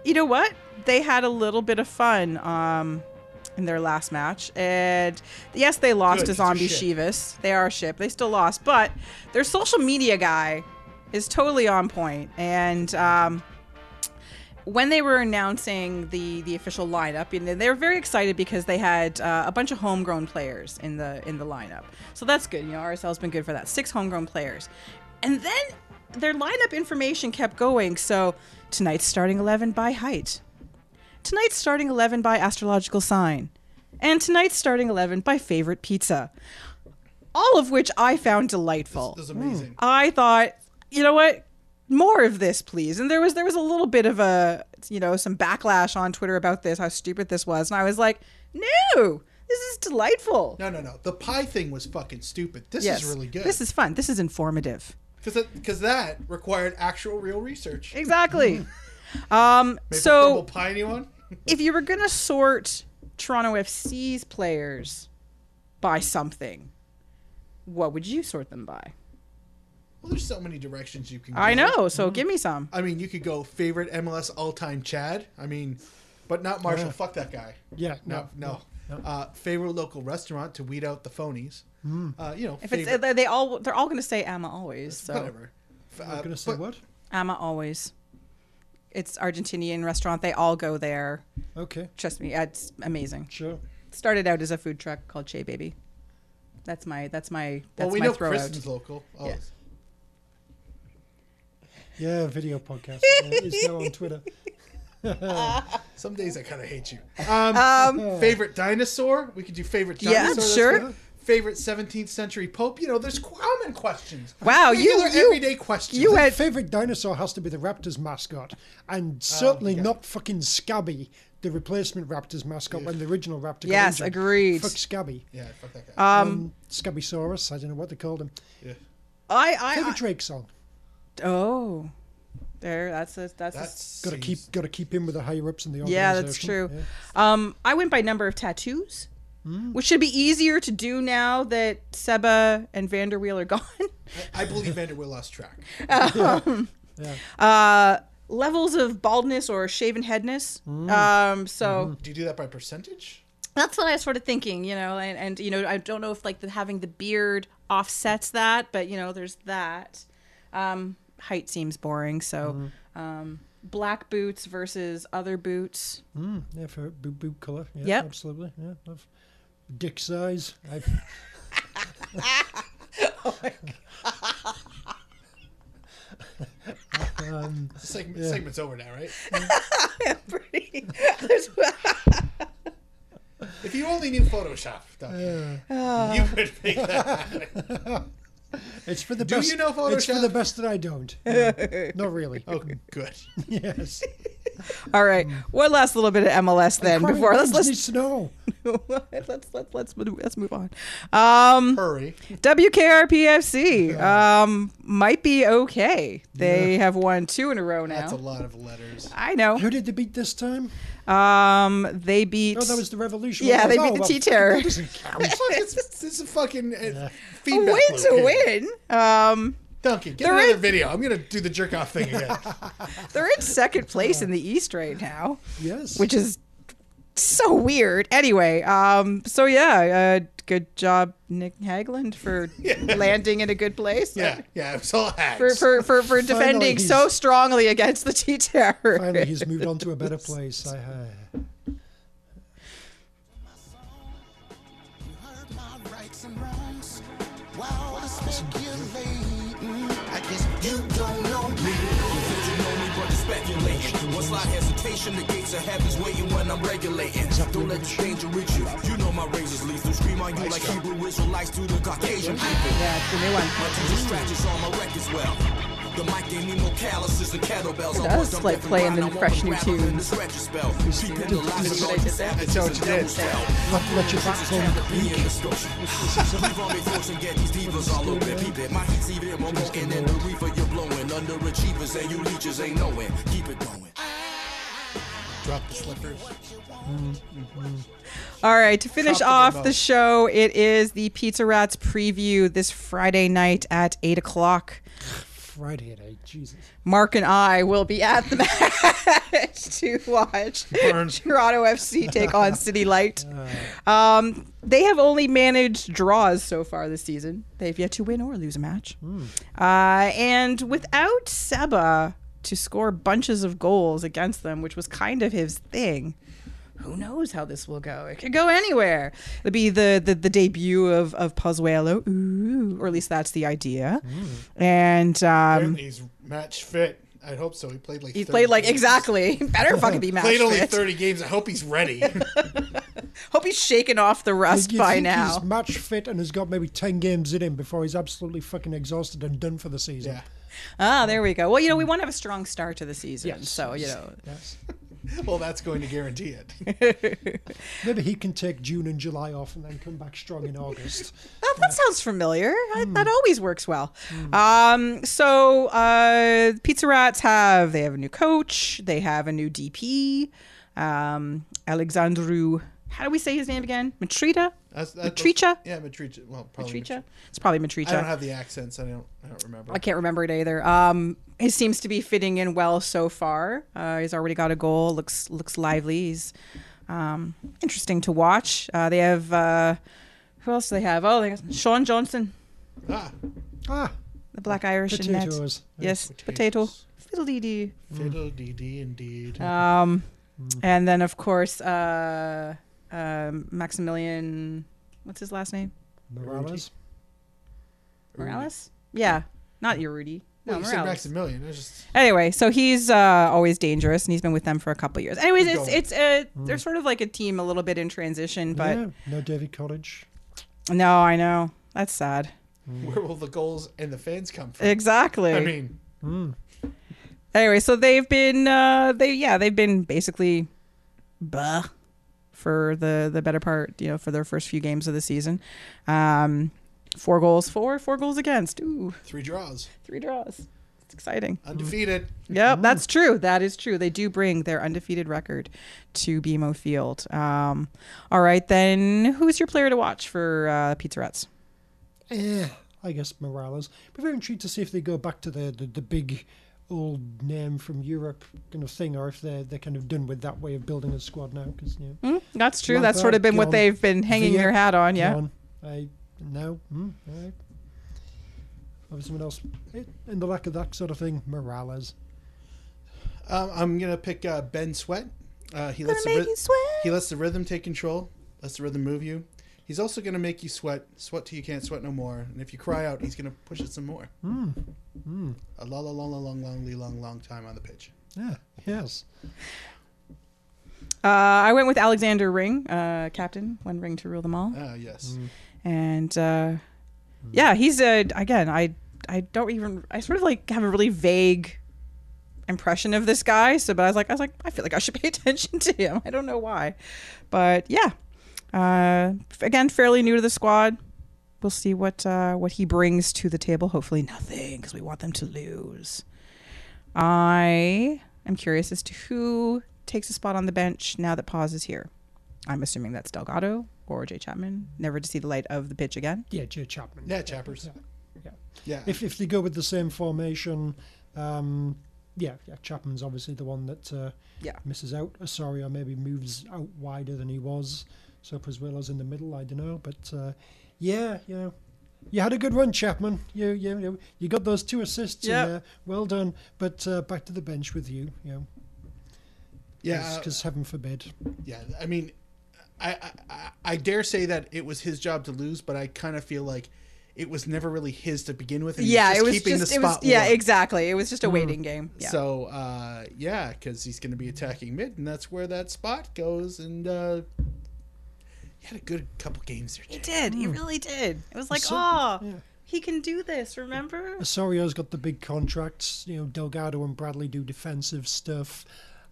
S5: you know what? They had a little bit of fun um, in their last match, and yes, they lost
S1: Good,
S5: to
S1: it's a
S5: Zombie
S1: ship.
S5: Shivas. They are a ship. They still lost, but their social media guy is totally on point, and. Um, when they were announcing the the official lineup, you know, they were very excited because they had uh, a bunch of homegrown players in the in the lineup. So that's good. You know, RSL's been good for that. Six homegrown players, and then their lineup information kept going. So tonight's starting eleven by height, tonight's starting eleven by astrological sign, and tonight's starting eleven by favorite pizza. All of which I found delightful.
S1: This is amazing.
S5: I thought, you know what? More of this, please. And there was there was a little bit of a you know some backlash on Twitter about this, how stupid this was, and I was like, no, this is delightful.
S1: No, no, no. The pie thing was fucking stupid. This
S5: yes,
S1: is really good.
S5: This is fun. This is informative.
S1: because that required actual real research. <laughs>
S5: Exactly. um.
S1: Maple
S5: so
S1: Crumble pie anyone?
S5: if you were gonna sort Toronto FC's players by something, what would you sort them by?
S1: Well, there's so many directions you can. go.
S5: I know.
S1: Mm-hmm.
S5: So give me some.
S1: I mean, you could go favorite MLS all-time Chad. I mean, but not Marshall.
S3: Yeah.
S1: Fuck that guy.
S3: Yeah,
S1: No, no. Uh, favorite local restaurant to weed out the phonies.
S3: Hmm.
S1: Uh, you know,
S5: If it's
S1: favorite,
S5: they they all they're all gonna say Emma always. So.
S1: whatever. F-
S3: I'm
S1: uh,
S3: gonna say
S1: but-
S3: what?
S5: Ama always. It's Argentinian restaurant. They all go there.
S3: Okay,
S5: Trust me, it's amazing.
S3: sure.
S5: Started out as a food truck called Che Baby. That's my that's my that's
S1: Well, we
S5: my
S1: know
S5: throw
S1: Kristen's
S5: out.
S1: local. Oh,
S5: Yeah.
S3: Yeah, video
S5: <laughs>
S3: podcast. Yeah, it's now on Twitter.
S1: Some days I kind of hate you. Um, favorite dinosaur? We could do favorite
S5: Yeah,
S1: dinosaur. that's
S5: sure.
S1: good. Favorite 17th century pope? You know, there's common questions.
S5: Wow, you-
S1: Regular
S5: you-
S1: everyday questions.
S5: you-
S3: My
S5: Wait.
S3: favorite dinosaur has to be the Raptors mascot,
S5: Oh,
S3: and certainly
S1: yeah.
S3: not fucking Scabby, the replacement Raptors mascot when the original Raptor. got
S5: Yes,
S3: injured.
S5: agreed. Mm.
S3: Fuck Scabby.
S1: yeah, fuck that guy.
S5: Uh,
S3: Um, Scabbysaurus. I don't know what they called him.
S5: Ah.
S1: yeah.
S5: I I,
S3: Favorite
S5: I
S3: Drake song.
S5: oh, there. That's a that's, a-
S1: That's
S3: Got to keep, got to keep in with the higher ups in the
S5: yeah.
S3: organization.
S5: That's true.
S3: Yeah.
S5: Um, I went by number of tattoos, which should be easier to do now that Seba and Vanderweel are <laughs> gone.
S1: I believe Vanderbilt lost track.
S5: Uh, levels of baldness or shaven headness. Um, so.
S1: Do you do that by percentage?
S5: that's what I was sort of thinking, you know, and, and you know, I don't know if like the, having the beard offsets that, but you know, there's that. Um, height seems boring, so um, black boots versus other boots.
S3: Mm, yeah, for boot boot color. Yeah,
S5: Yep.
S3: absolutely. Yeah, love. Dick size. I,
S5: <laughs>
S3: um,
S1: Segment, Segment's over now, right?
S5: Pretty. there's-
S1: If you only knew Photoshop, Duncan,
S5: Uh.
S1: you could make that.
S5: <laughs>
S3: it's for the
S1: Do
S3: best.
S1: you know
S3: It's for the
S1: Photoshop?
S3: best that I don't. No, not
S5: <laughs>
S3: really.
S1: Oh, good.
S3: Yes.
S5: <laughs> All right, one last little bit of MLS then
S3: Crime
S5: before let's
S3: Wins
S5: let's,
S3: needs to know.
S5: let's <laughs> let's let's let's move- let's move on. Um,
S1: Hurry.
S5: WKRPFC um, might be okay. They have won two in a row
S1: That's a
S5: now.
S1: lot of
S5: <laughs>
S1: letters.
S5: I know.
S3: Who did they beat this time?
S5: Um, they beat.
S3: Oh, that was the Revolution.
S5: Yeah, they
S3: Oh,
S5: beat the
S3: well,
S5: Tea Terror.
S3: <laughs> that doesn't count.
S1: Fuck, it's- this is a fucking uh,
S5: a
S1: feedback
S5: win's
S1: loop
S5: a
S1: here.
S5: win. Um,
S1: Duncan, get
S5: They're
S1: another
S5: in-
S1: video. I'm gonna do the jerk off
S5: <laughs>
S1: thing again.
S5: they're in second place in the East right now,
S3: Yes.
S5: which is so weird. Anyway, um, so yeah, uh, good job, Nick
S3: <laughs>
S5: Hagland, for landing in a good place.
S1: Yeah, yeah, it was all hacks.
S5: For, for, for, for defending so
S3: he's-
S5: strongly against the T Terror.
S3: Finally,
S5: <laughs>
S3: he's moved on to a better place. I, uh,
S6: heard my rights and wrongs while I speculating. I guess you don't know me.
S4: but speculating. One slight hesitation, the gates of heaven's waiting when I'm regulating. Don't let this danger reach you. You know my razor's lethal. Scream on you like Hebrew Israelites do the Caucasian people.
S5: Yeah, it's the new one.
S4: My teacher scratches on my records well. The mic gave me more calluses than kettlebells.
S5: It does, like, play in the fresh new tunes.
S1: That's how it did.
S3: let, let your backbone creak.
S4: <laughs> Underachievers and you leeches ain't knowing. Keep it going.
S1: Drop the slippers.
S5: All right, to finish
S1: Tropical
S5: off
S1: boat.
S5: the show, it is the Pizza Rats preview this Friday night at 8 o'clock.
S3: Friday at 8, eh? Jesus.
S5: Mark and I will be at the <laughs> match to watch
S1: Burn.
S5: Toronto FC take on City Light. Um, they have only managed draws so far this season. They've yet to win or lose a match. Uh, and without Seba to score bunches of goals against them, which was kind of his thing. Who knows how this will go? It could go anywhere. It'll be the the, the debut of of Pozuelo, Ooh, or at least that's the idea. And um,
S1: Apparently he's match fit. I hope so. He played like
S5: He's
S1: 30
S5: played like
S1: games.
S5: exactly. <laughs> Better fucking be
S1: <laughs>
S5: match
S1: Played only
S5: fit.
S1: thirty games. I hope he's
S5: <laughs>
S1: ready.
S5: Hope he's shaken off the rust
S3: You
S5: by
S3: think
S5: now.
S3: He's match fit and has got maybe 10 games in him before he's absolutely fucking exhausted and done for the season.
S1: yeah.
S5: Ah, there we go. Well, you know, we want to have a strong start to the season, so you know.
S3: Yes.
S1: Well, that's going to guarantee it.
S3: Maybe he can take June and July off and then come back strong in
S5: <laughs>
S3: August.
S5: Oh, that sounds familiar. I,
S1: Hmm.
S5: That always works well. Um, so uh, Pizza Rats have they have a new coach. They have a new DP. Um, Alexandru. How do we say his name again? Matrita.
S1: That's, that,
S5: Matricha?
S1: Yeah, Matricha. Well, probably
S5: Matricha.
S1: Matricha.
S5: It's probably Matricha.
S1: I don't have the accents. I don't. I don't remember.
S5: I can't remember it either. Um, he seems to be fitting in well so far. Uh, he's already got a goal. looks looks lively. He's um, interesting to watch. Uh, they have uh, who else do they have? Oh, they got Sean Johnson,
S1: Ah,
S3: Ah,
S5: the Black Irish in net.
S3: Potatoes. Eh,
S5: Yes, potato. Mm.
S1: Potatoes.
S5: Fiddle dee dee.
S1: fiddle dee dee indeed.
S5: Um,
S1: Mm.
S5: and then of course uh, um Maximilian. What's his last name?
S3: Morales.
S5: Morales. Yeah, not Urudi. No,
S1: well, you said
S5: Morales.
S1: Maximilian. I just
S5: Anyway, so he's uh, always dangerous, and he's been with them for a couple of years. Anyways, it's
S1: going.
S5: it's uh
S1: Mm.
S5: they're sort of like a team a little bit in transition, but
S3: yeah, no David College.
S5: no, I know that's sad.
S1: where will the goals and the fans come from?
S5: Exactly.
S1: I mean,
S5: anyway, so they've been uh, they yeah they've been basically, bah, for the the better part you know for their first few games of the season, um, four goals for four goals against, ooh
S1: three draws,
S5: three draws. It's exciting.
S1: undefeated.
S5: Yep, that's true. That is true. They do bring their undefeated record to BMO Field. Um, all right, then who's your player to watch for uh, Pizza Rats?
S3: Yeah, I guess Morales. Be very intrigued to see if they go back to the, the, the big old name from Europe kind of thing, or if they're they're kind of done with that way of building a squad now. Because you know,
S5: That's true.
S3: Lampard,
S5: That's sort of been what
S3: Gone,
S5: they've been hanging
S3: Ziyech,
S5: their hat on. Yeah.
S3: Gone. I no. Mm, all right. Or someone else. Eh, In the lack of that sort of thing, Morales.
S1: Um, I'm gonna pick uh, Ben Sweat. Uh, he lets the
S5: make
S1: ryth-
S5: you sweat.
S1: He lets the rhythm take control. Lets the rhythm move you. He's also gonna make you sweat, sweat till you can't sweat no more. And if you cry out, he's gonna push it some more. A long, long, long, long, long, long, long, long time on the pitch.
S3: Yeah. Ah, Yes.
S5: Uh, I went with Alexander Ring, uh, captain, one ring to rule them all,
S1: Ah, yes.
S5: and uh, yeah, he's a again. I I don't even. I sort of like have a really vague impression of this guy. So, but I was like, I was like, I feel like I should pay <laughs> attention to him. I don't know why, but yeah. Uh, f- again, fairly new to the squad. We'll see what uh, what he brings to the table. Hopefully, nothing because we want them to lose. I am curious as to who takes a spot on the bench now that Pause is here. I'm assuming that's Delgado or Jay Chapman, never to see the light of the pitch again.
S3: Yeah, Jay Chapman.
S1: Yeah, chappers.
S3: Yeah.
S1: Yeah.
S3: If if they go with the same formation, um, yeah, yeah, Chapman's obviously the one that uh,
S5: Yeah.
S3: misses out. Osorio maybe moves out wider than he was. So Pozuelo's in the middle. I don't know, but uh, yeah, you know, you had a good run, Chapman. You you you, you got those two assists. in
S5: Yep.
S3: there. well done. But uh, back to the bench with you. You know,
S5: uh,
S1: Yeah, uh,
S3: because heaven forbid.
S1: yeah. I mean, I, I- I I dare say that it was his job to lose, but I kind of feel like it was never really his to begin with. and he
S5: yeah,
S1: was
S5: it was
S1: keeping
S5: just
S1: the
S5: it was
S1: spot
S5: yeah,
S1: warm.
S5: exactly. It was just a waiting game. Yeah.
S1: So uh, yeah, because he's going to be attacking mid, and that's where that spot goes. And uh, he had a good couple games there.
S5: he
S1: Jack.
S5: did. He really did. It was like,
S3: So-
S5: oh,
S3: yeah.
S5: he can do this. Remember?
S3: Osorio's got the big contracts. You know, Delgado and Bradley do defensive stuff.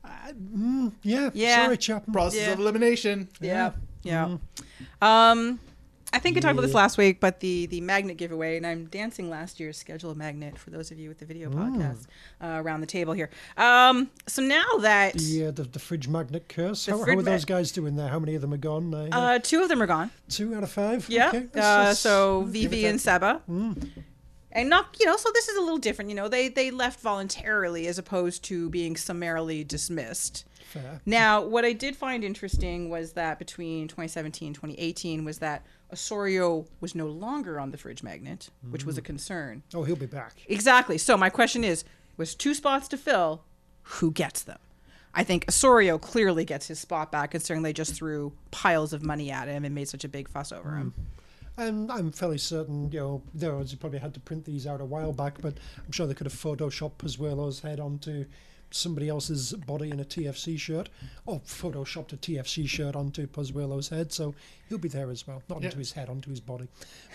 S3: Uh, mm, yeah,
S5: Yeah.
S3: sorry, Chapman.
S1: Process
S5: Yeah.
S1: of elimination.
S5: Yeah. Yeah. Um, I think I talked about this last week, but the the magnet giveaway, and I'm dancing last year's schedule of magnet for those of you with the video
S1: Mm.
S5: podcast uh, around the table here. Um, so now that
S3: Yeah, the, the fridge magnet curse. How, how
S5: fridge
S3: are
S5: ma-
S3: those guys doing there? How many of them are gone? Uh,
S5: uh, two of them are gone,
S3: two out of five.
S5: yeah.
S3: Okay, that's-
S5: uh,
S3: that's-
S5: so
S1: give it
S5: Vivi
S1: that- Mm.
S5: and Seba, and not you know. So this is a little different. You know, they they left voluntarily as opposed to being summarily dismissed.
S3: fair.
S5: Now, what I did find interesting was that between 2017 and 2018 was that Osorio was no longer on the fridge magnet, which
S1: Mm.
S5: was a concern.
S3: Oh, he'll be back.
S5: Exactly. So my question is, with two spots to fill, who gets them? I think Osorio clearly gets his spot back, considering they just threw piles of money at him and made such a big fuss over
S1: Mm.
S5: him.
S3: And I'm fairly certain, you know, they obviously probably had to print these out a while back, but I'm sure they could have photoshopped Pazuello's head onto somebody else's body in a TFC shirt, or photoshopped a TFC shirt onto Pazuello's head. So he'll be there as well, not onto his head, onto his body.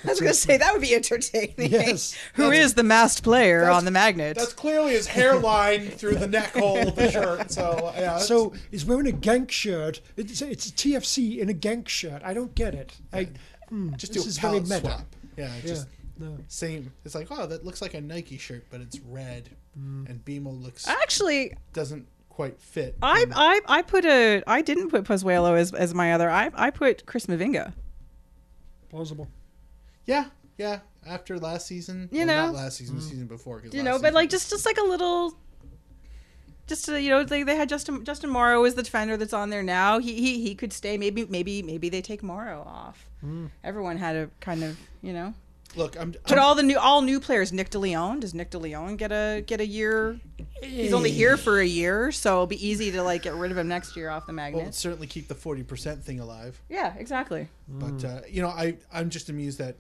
S5: I was going to say that would be entertaining.
S3: Yes.
S5: <laughs> Who is the masked player on the magnet?
S1: That's clearly his
S5: <laughs>
S1: hairline through the neck hole of the shirt. So uh, yeah. that's-
S3: So he's wearing a gank shirt. It's, it's a TFC in a gank shirt. I don't get it. I, hmm,
S1: just do
S3: this
S1: a
S3: is very
S1: palette
S3: meta.
S1: swap. Yeah,
S3: Yeah,
S1: just
S3: no.
S1: same. It's like, oh, that looks like a Nike shirt, but it's red,
S3: Mm.
S1: and BMO looks
S5: Ah. Actually,
S1: doesn't quite fit.
S5: I, I I put a I didn't put Pozuelo as, as my other. I I put Chris Mavinga.
S3: plausible.
S1: yeah, yeah. After last season,
S5: You
S1: well,
S5: know.
S1: not last season, the
S3: Mm.
S1: season before, 'cause
S5: you
S1: last
S5: know, but
S1: season-
S5: like just just like a little, just to, you know, they, they had Justin Justin Morrow is the defender that's on there now. He he he could stay. Maybe maybe maybe they take Morrow off.
S1: Hmm.
S5: Everyone had a kind of you know.
S1: look, I'm,
S5: But
S1: I'm-
S5: all the new all new players, Nick DeLeon. Does Nick DeLeon get a get a year? He's only here for a year, so it'll be easy to like get rid of him next year off the
S1: well,
S5: magnet.
S1: it'd certainly keep the forty percent thing alive.
S5: yeah, exactly.
S1: But uh, you know, I I'm just amused that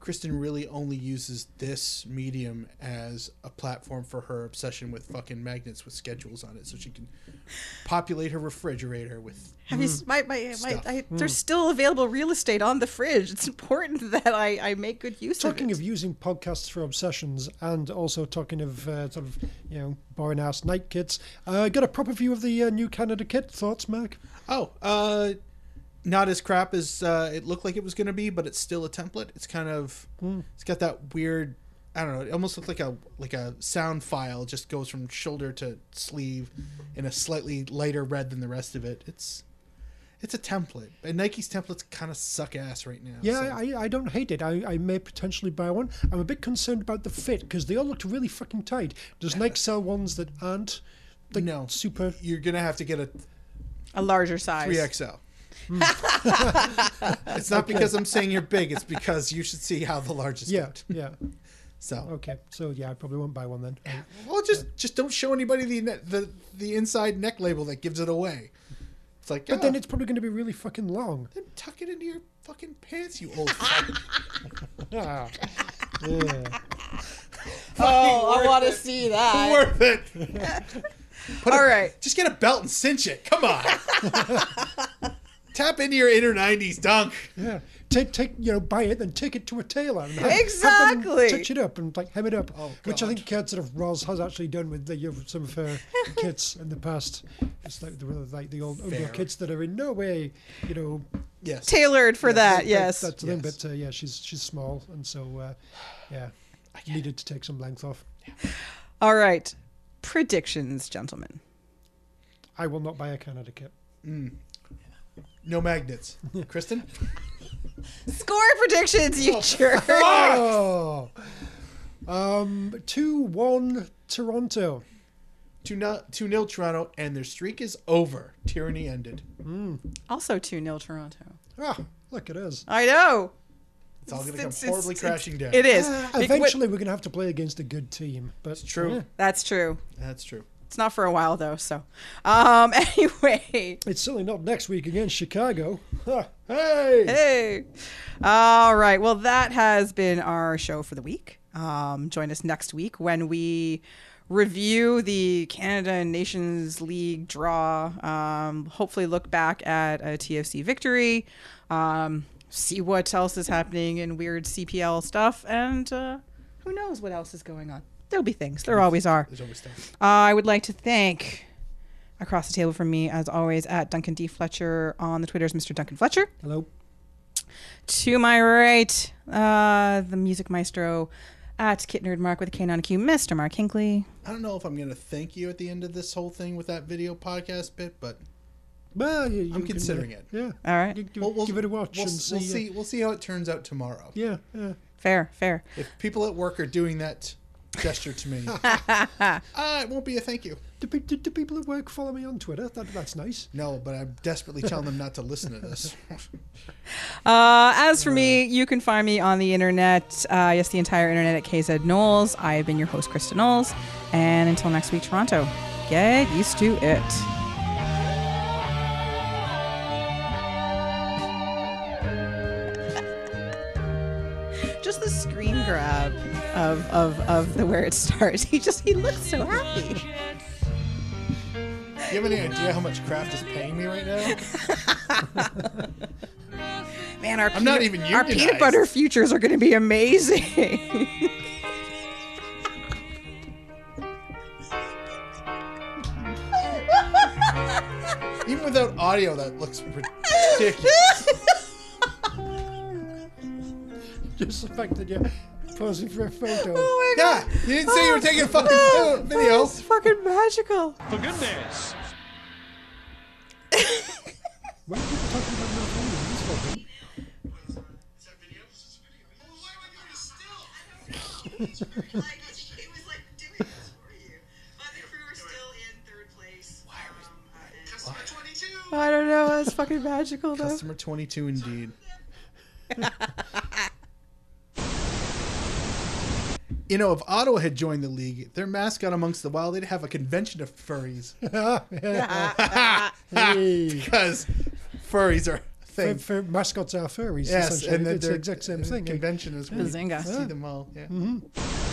S1: Kristen really only uses this medium as a platform for her obsession with fucking magnets with schedules on it, so she can populate her refrigerator with.
S5: Have you s- my my, my
S1: Stuff.
S5: I, there's still available real estate on the fridge. It's important <laughs> that I I make good use of it.
S3: Talking of using podcasts for obsessions, and also talking of uh, sort of you know boring ass night kits, uh, got a proper view of the uh, new Canada kit. Thoughts, Mark?
S1: Oh, uh, not as crap as uh, it looked like it was going to be, but it's still a template. It's kind of,
S3: Hmm.
S1: it's got that weird, I don't know. It almost looks like a like a sound file. Just goes from shoulder to sleeve, in a slightly lighter red than the rest of it. It's, it's a template, and Nike's templates kind of suck ass right now.
S3: Yeah,
S1: so-
S3: I, I don't hate it. I, I may potentially buy one. I'm a bit concerned about the fit because they all looked really fucking tight. Does Nike sell ones that aren't like
S1: no
S3: super?
S1: You're gonna have to get a
S5: a larger size.
S1: three XL.
S3: Hmm.
S1: <laughs> it's
S3: <laughs>
S1: not because I'm saying you're big. It's because you should see how the largest.
S3: Yeah,
S1: looked.
S3: yeah.
S1: So
S3: Okay, so yeah, I probably won't buy one then.
S1: Well, just just don't show anybody the ne- the the inside neck label that gives it away. It's like, ah,
S3: But then it's probably going to be really fucking long.
S1: tuck it into your fucking pants, you <laughs> old. fuck.
S3: <laughs> Ah, yeah.
S5: Oh, I want to see that.
S1: Worth it. <laughs> Put
S5: All
S1: a-
S5: right.
S1: just get a belt and cinch it. Come
S5: <laughs>
S1: on. Tap into your inner '90s dunk.
S3: Yeah, take take you know buy it, then take it to a tailor. And have-
S5: Exactly.
S3: Have them touch it up and like hem it up, which I
S1: God.
S3: think uh, sort of Roz has actually done with the, you know, some of
S5: <laughs>
S3: her kits in the past. It's like the like the old
S1: Fair.
S3: underwear kits that are in no way you know
S1: Yes.
S5: Tailored for that, yes.
S3: that's the thing.
S1: Yes.
S3: But uh, yeah, she's she's small and so uh, yeah, needed to take some length off.
S5: All right. Predictions, gentlemen.
S3: I will not buy a Canada kit.
S1: no magnets. Kristen.
S5: Score predictions, you jerk.
S3: Ah! Oh, um, two one Toronto.
S1: two nil, two nil Toronto, and their streak is over. Tyranny ended.
S5: Also 2 0 Toronto.
S3: Ah, look, it is.
S5: I know.
S1: It's all going to come
S5: It's- it's-
S1: horribly
S5: it's-
S1: crashing down.
S5: It is.
S3: Ah,
S5: Bec-
S3: eventually, we're going to have to play against a good team. But it's
S1: True.
S5: That's true.
S1: That's true.
S5: It's not for a while though, so. Um <laughs> anyway.
S3: It's certainly not next week against Chicago. Ha, hey!
S5: Hey. All right. Well, that has been our show for the week. Um join us next week when we review the Canada and Nations League draw. Um hopefully look back at a TFC victory. Um see what else is happening in weird CPL stuff and uh who knows what else is going on. There'll be things. There always are.
S1: There's always stuff.
S5: Uh, I would like to thank across the table from me, as always, at Duncan D. Fletcher on the Twitters, Mr. Duncan Fletcher.
S3: Hello.
S5: To my right, uh, the music maestro at Kit Nerd Mark with a K and a Q, Mr. Mark Hinkley.
S1: I don't know if I'm going to thank you at the end of this whole thing with that video podcast bit, but
S3: Well, you, you
S1: I'm
S3: can, uh,
S1: considering it.
S3: Yeah.
S5: All right.
S3: You- you
S1: we'll, we'll-
S3: give it a watch
S1: We'll,
S3: and
S1: s-
S3: see.
S1: we'll
S3: uh,
S1: see. We'll see how it turns out tomorrow.
S3: Yeah, yeah.
S5: Fair, fair.
S1: If people at work are doing that gesture to
S3: <laughs>
S1: me, uh, it won't be a thank you.
S3: Do, pe- do, do people at work follow me on Twitter? That, that's nice. <laughs>
S1: No, but I'm desperately telling them not to listen to this.
S5: Uh, as for me, you can find me on the internet. Uh, yes, the entire internet at KZ Knowles. I have been your host, Krista Knowles. And until next week, Toronto, get used to it. <laughs> Just the screen grab of, of, of the where it starts. <laughs> He just he looks so happy.
S1: Do you
S3: <laughs>
S1: have any idea how much Kraft is paying me right now?
S5: Man, our
S1: I'm not even
S5: our peanut
S1: unionized.
S5: butter futures are going to be amazing. <laughs>
S1: Even without audio, that looks
S3: <laughs>
S1: ridiculous.
S3: Just the fact that you're posing for a photo.
S1: <laughs>
S5: oh my
S1: yeah,
S5: god.
S1: you didn't say you were taking a fucking photo-
S3: <laughs>
S1: video.
S5: It's fucking magical.
S3: Why are people talking about my phone? That's what I think.
S5: I don't know. That's fucking magical though.
S1: Customer 22, indeed. you know, if Ottawa had joined the league, their mascot amongst the wild, they'd have a convention of furries.
S3: Hey.
S1: Because furries are a
S3: Fur-
S1: thing.
S3: fur- mascots are furries.
S1: Yes,
S3: essentially.
S1: and
S3: it's the
S1: they're-
S3: exact same
S1: uh,
S3: thing. eh?
S1: Convention is where you
S5: Bazinga.
S1: see them all. Yeah.